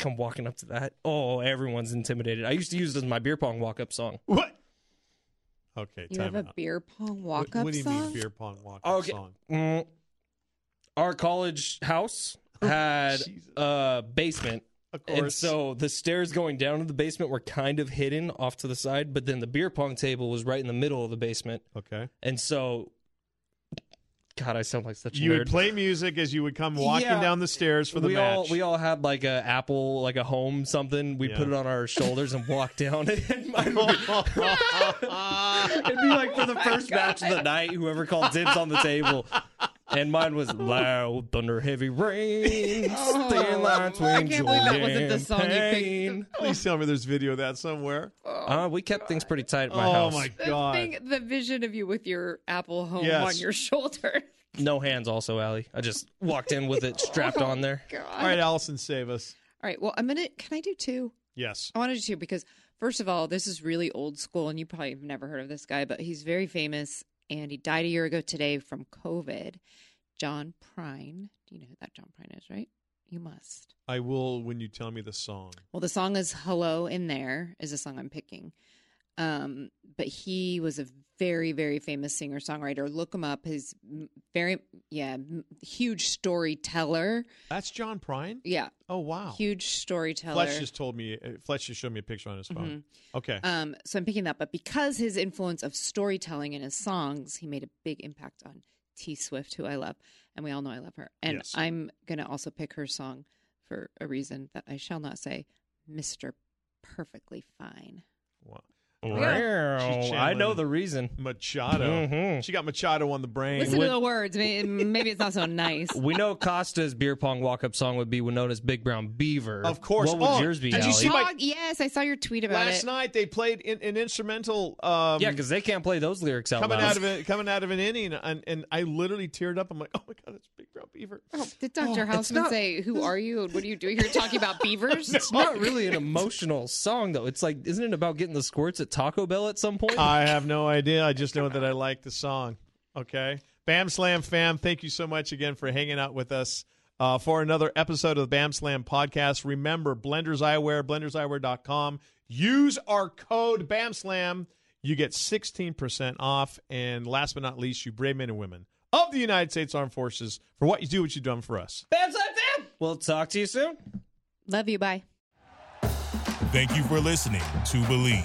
Speaker 7: come walking up to that. Oh, everyone's intimidated. I used to use it as my beer pong walk up song.
Speaker 6: What? Okay,
Speaker 8: you
Speaker 6: time
Speaker 8: have a
Speaker 6: out.
Speaker 8: beer pong
Speaker 6: What-
Speaker 8: walk up
Speaker 6: What do you
Speaker 8: song.
Speaker 6: mean beer pong walk-up
Speaker 7: Okay.
Speaker 6: song?
Speaker 7: Mm. Our Mm, college house had
Speaker 6: Oh, Jesus.
Speaker 7: a basement.
Speaker 6: Of course.
Speaker 7: And so the stairs going down to the basement were kind of hidden off to the side, but then the beer pong table was right in the middle of the basement.
Speaker 6: okay.
Speaker 7: And so, God, I sound like such a
Speaker 6: You
Speaker 7: nerd.
Speaker 6: would play music as you would come walking
Speaker 7: Yeah.
Speaker 6: down the stairs for the
Speaker 7: we
Speaker 6: match.
Speaker 7: all we all had like a apple, like a home something. We
Speaker 6: Yeah.
Speaker 7: put it on our shoulders and walked down. And my, it'd be like for the first match of the night, whoever called dibs on the table. And mine was loud thunder, heavy rain,
Speaker 8: Oh,
Speaker 7: staying line between
Speaker 8: I can't believe that
Speaker 7: joy
Speaker 8: wasn't the
Speaker 7: and
Speaker 8: song you picked.
Speaker 7: pain.
Speaker 6: Please tell me there's video of that somewhere.
Speaker 7: Uh, we kept things pretty tight at my
Speaker 6: oh
Speaker 7: house.
Speaker 6: my
Speaker 8: The
Speaker 6: god.
Speaker 8: thing, the vision of you with your Apple Home
Speaker 6: Yes.
Speaker 8: on your shoulder.
Speaker 7: No hands, also, Allie. I just walked in with it strapped on there.
Speaker 8: God.
Speaker 6: All right, uh Allison, save us.
Speaker 8: All right. Well, I'm gonna. Can I do two?
Speaker 6: Yes.
Speaker 8: I want to do two because first of all, this is really old school, and you probably have never heard of this guy, but he's very famous, and he died a year ago today from COVID. John Prine. Do you know who that John Prine is, right? You must.
Speaker 6: I will when you tell me the song.
Speaker 8: Well, the song is "Hello in There" is a song I'm picking. Um, but he was a very, very famous singer songwriter. Look him up. He's m- very, yeah, m- huge storyteller.
Speaker 6: That's John Prine?
Speaker 8: Yeah,
Speaker 6: Oh wow.
Speaker 8: huge storyteller. Mm-hmm.
Speaker 6: Fletch just told me uh, Fletch just showed me a picture on his phone. Okay.
Speaker 8: Um, so I'm picking that. But because his influence of storytelling in his songs, he made a big impact on T Swift, who I love, and we all know I love her. And
Speaker 6: Yes.
Speaker 8: I'm gonna also pick her song for a reason that I shall not say, Mister Perfectly Fine.
Speaker 6: Wow.
Speaker 7: Wow.
Speaker 6: She's
Speaker 7: I know
Speaker 6: channeling-
Speaker 7: the reason.
Speaker 6: Machado.
Speaker 7: Mhm.
Speaker 6: She got Machado on the brain.
Speaker 8: Listen to the words. May- Maybe it's not so nice.
Speaker 7: We know Costa's beer pong walk up song would be Winona's Big Brown Beaver.
Speaker 6: Of course.
Speaker 7: What would
Speaker 6: Oh,
Speaker 7: yours be?
Speaker 6: did you
Speaker 7: Allie?
Speaker 6: see my-
Speaker 8: Dog- yes, I saw your tweet about
Speaker 6: Last
Speaker 8: it.
Speaker 6: night they played in, an instrumental um
Speaker 7: yeah, because they can't play those lyrics out
Speaker 6: coming
Speaker 7: loud.
Speaker 6: out of a, coming out of an inning and, and I literally teared up. I'm like, "Oh my god, that's Big Brown Beaver."
Speaker 8: Did Dr. Houseman say, Who are you and what are you doing here talking about beavers?
Speaker 7: it's not really an emotional song though. It's like, isn't it about getting the squirts at Taco Bell at some point?
Speaker 6: I have no idea. I just know that I like the song. Okay. Bam Slam fam, thank you so much again for hanging out with us uh, for another episode of the Bam Slam podcast. Remember, Blenders Eyewear, blenderseyewear.com. Use our code Bam Slam. You get 16% off. And last but not least, you brave men and women of the United States Armed Forces for what you do, what you've done for us.
Speaker 7: we'll talk to you soon.
Speaker 8: Love you. Bye.
Speaker 1: Thank you for listening to Believe.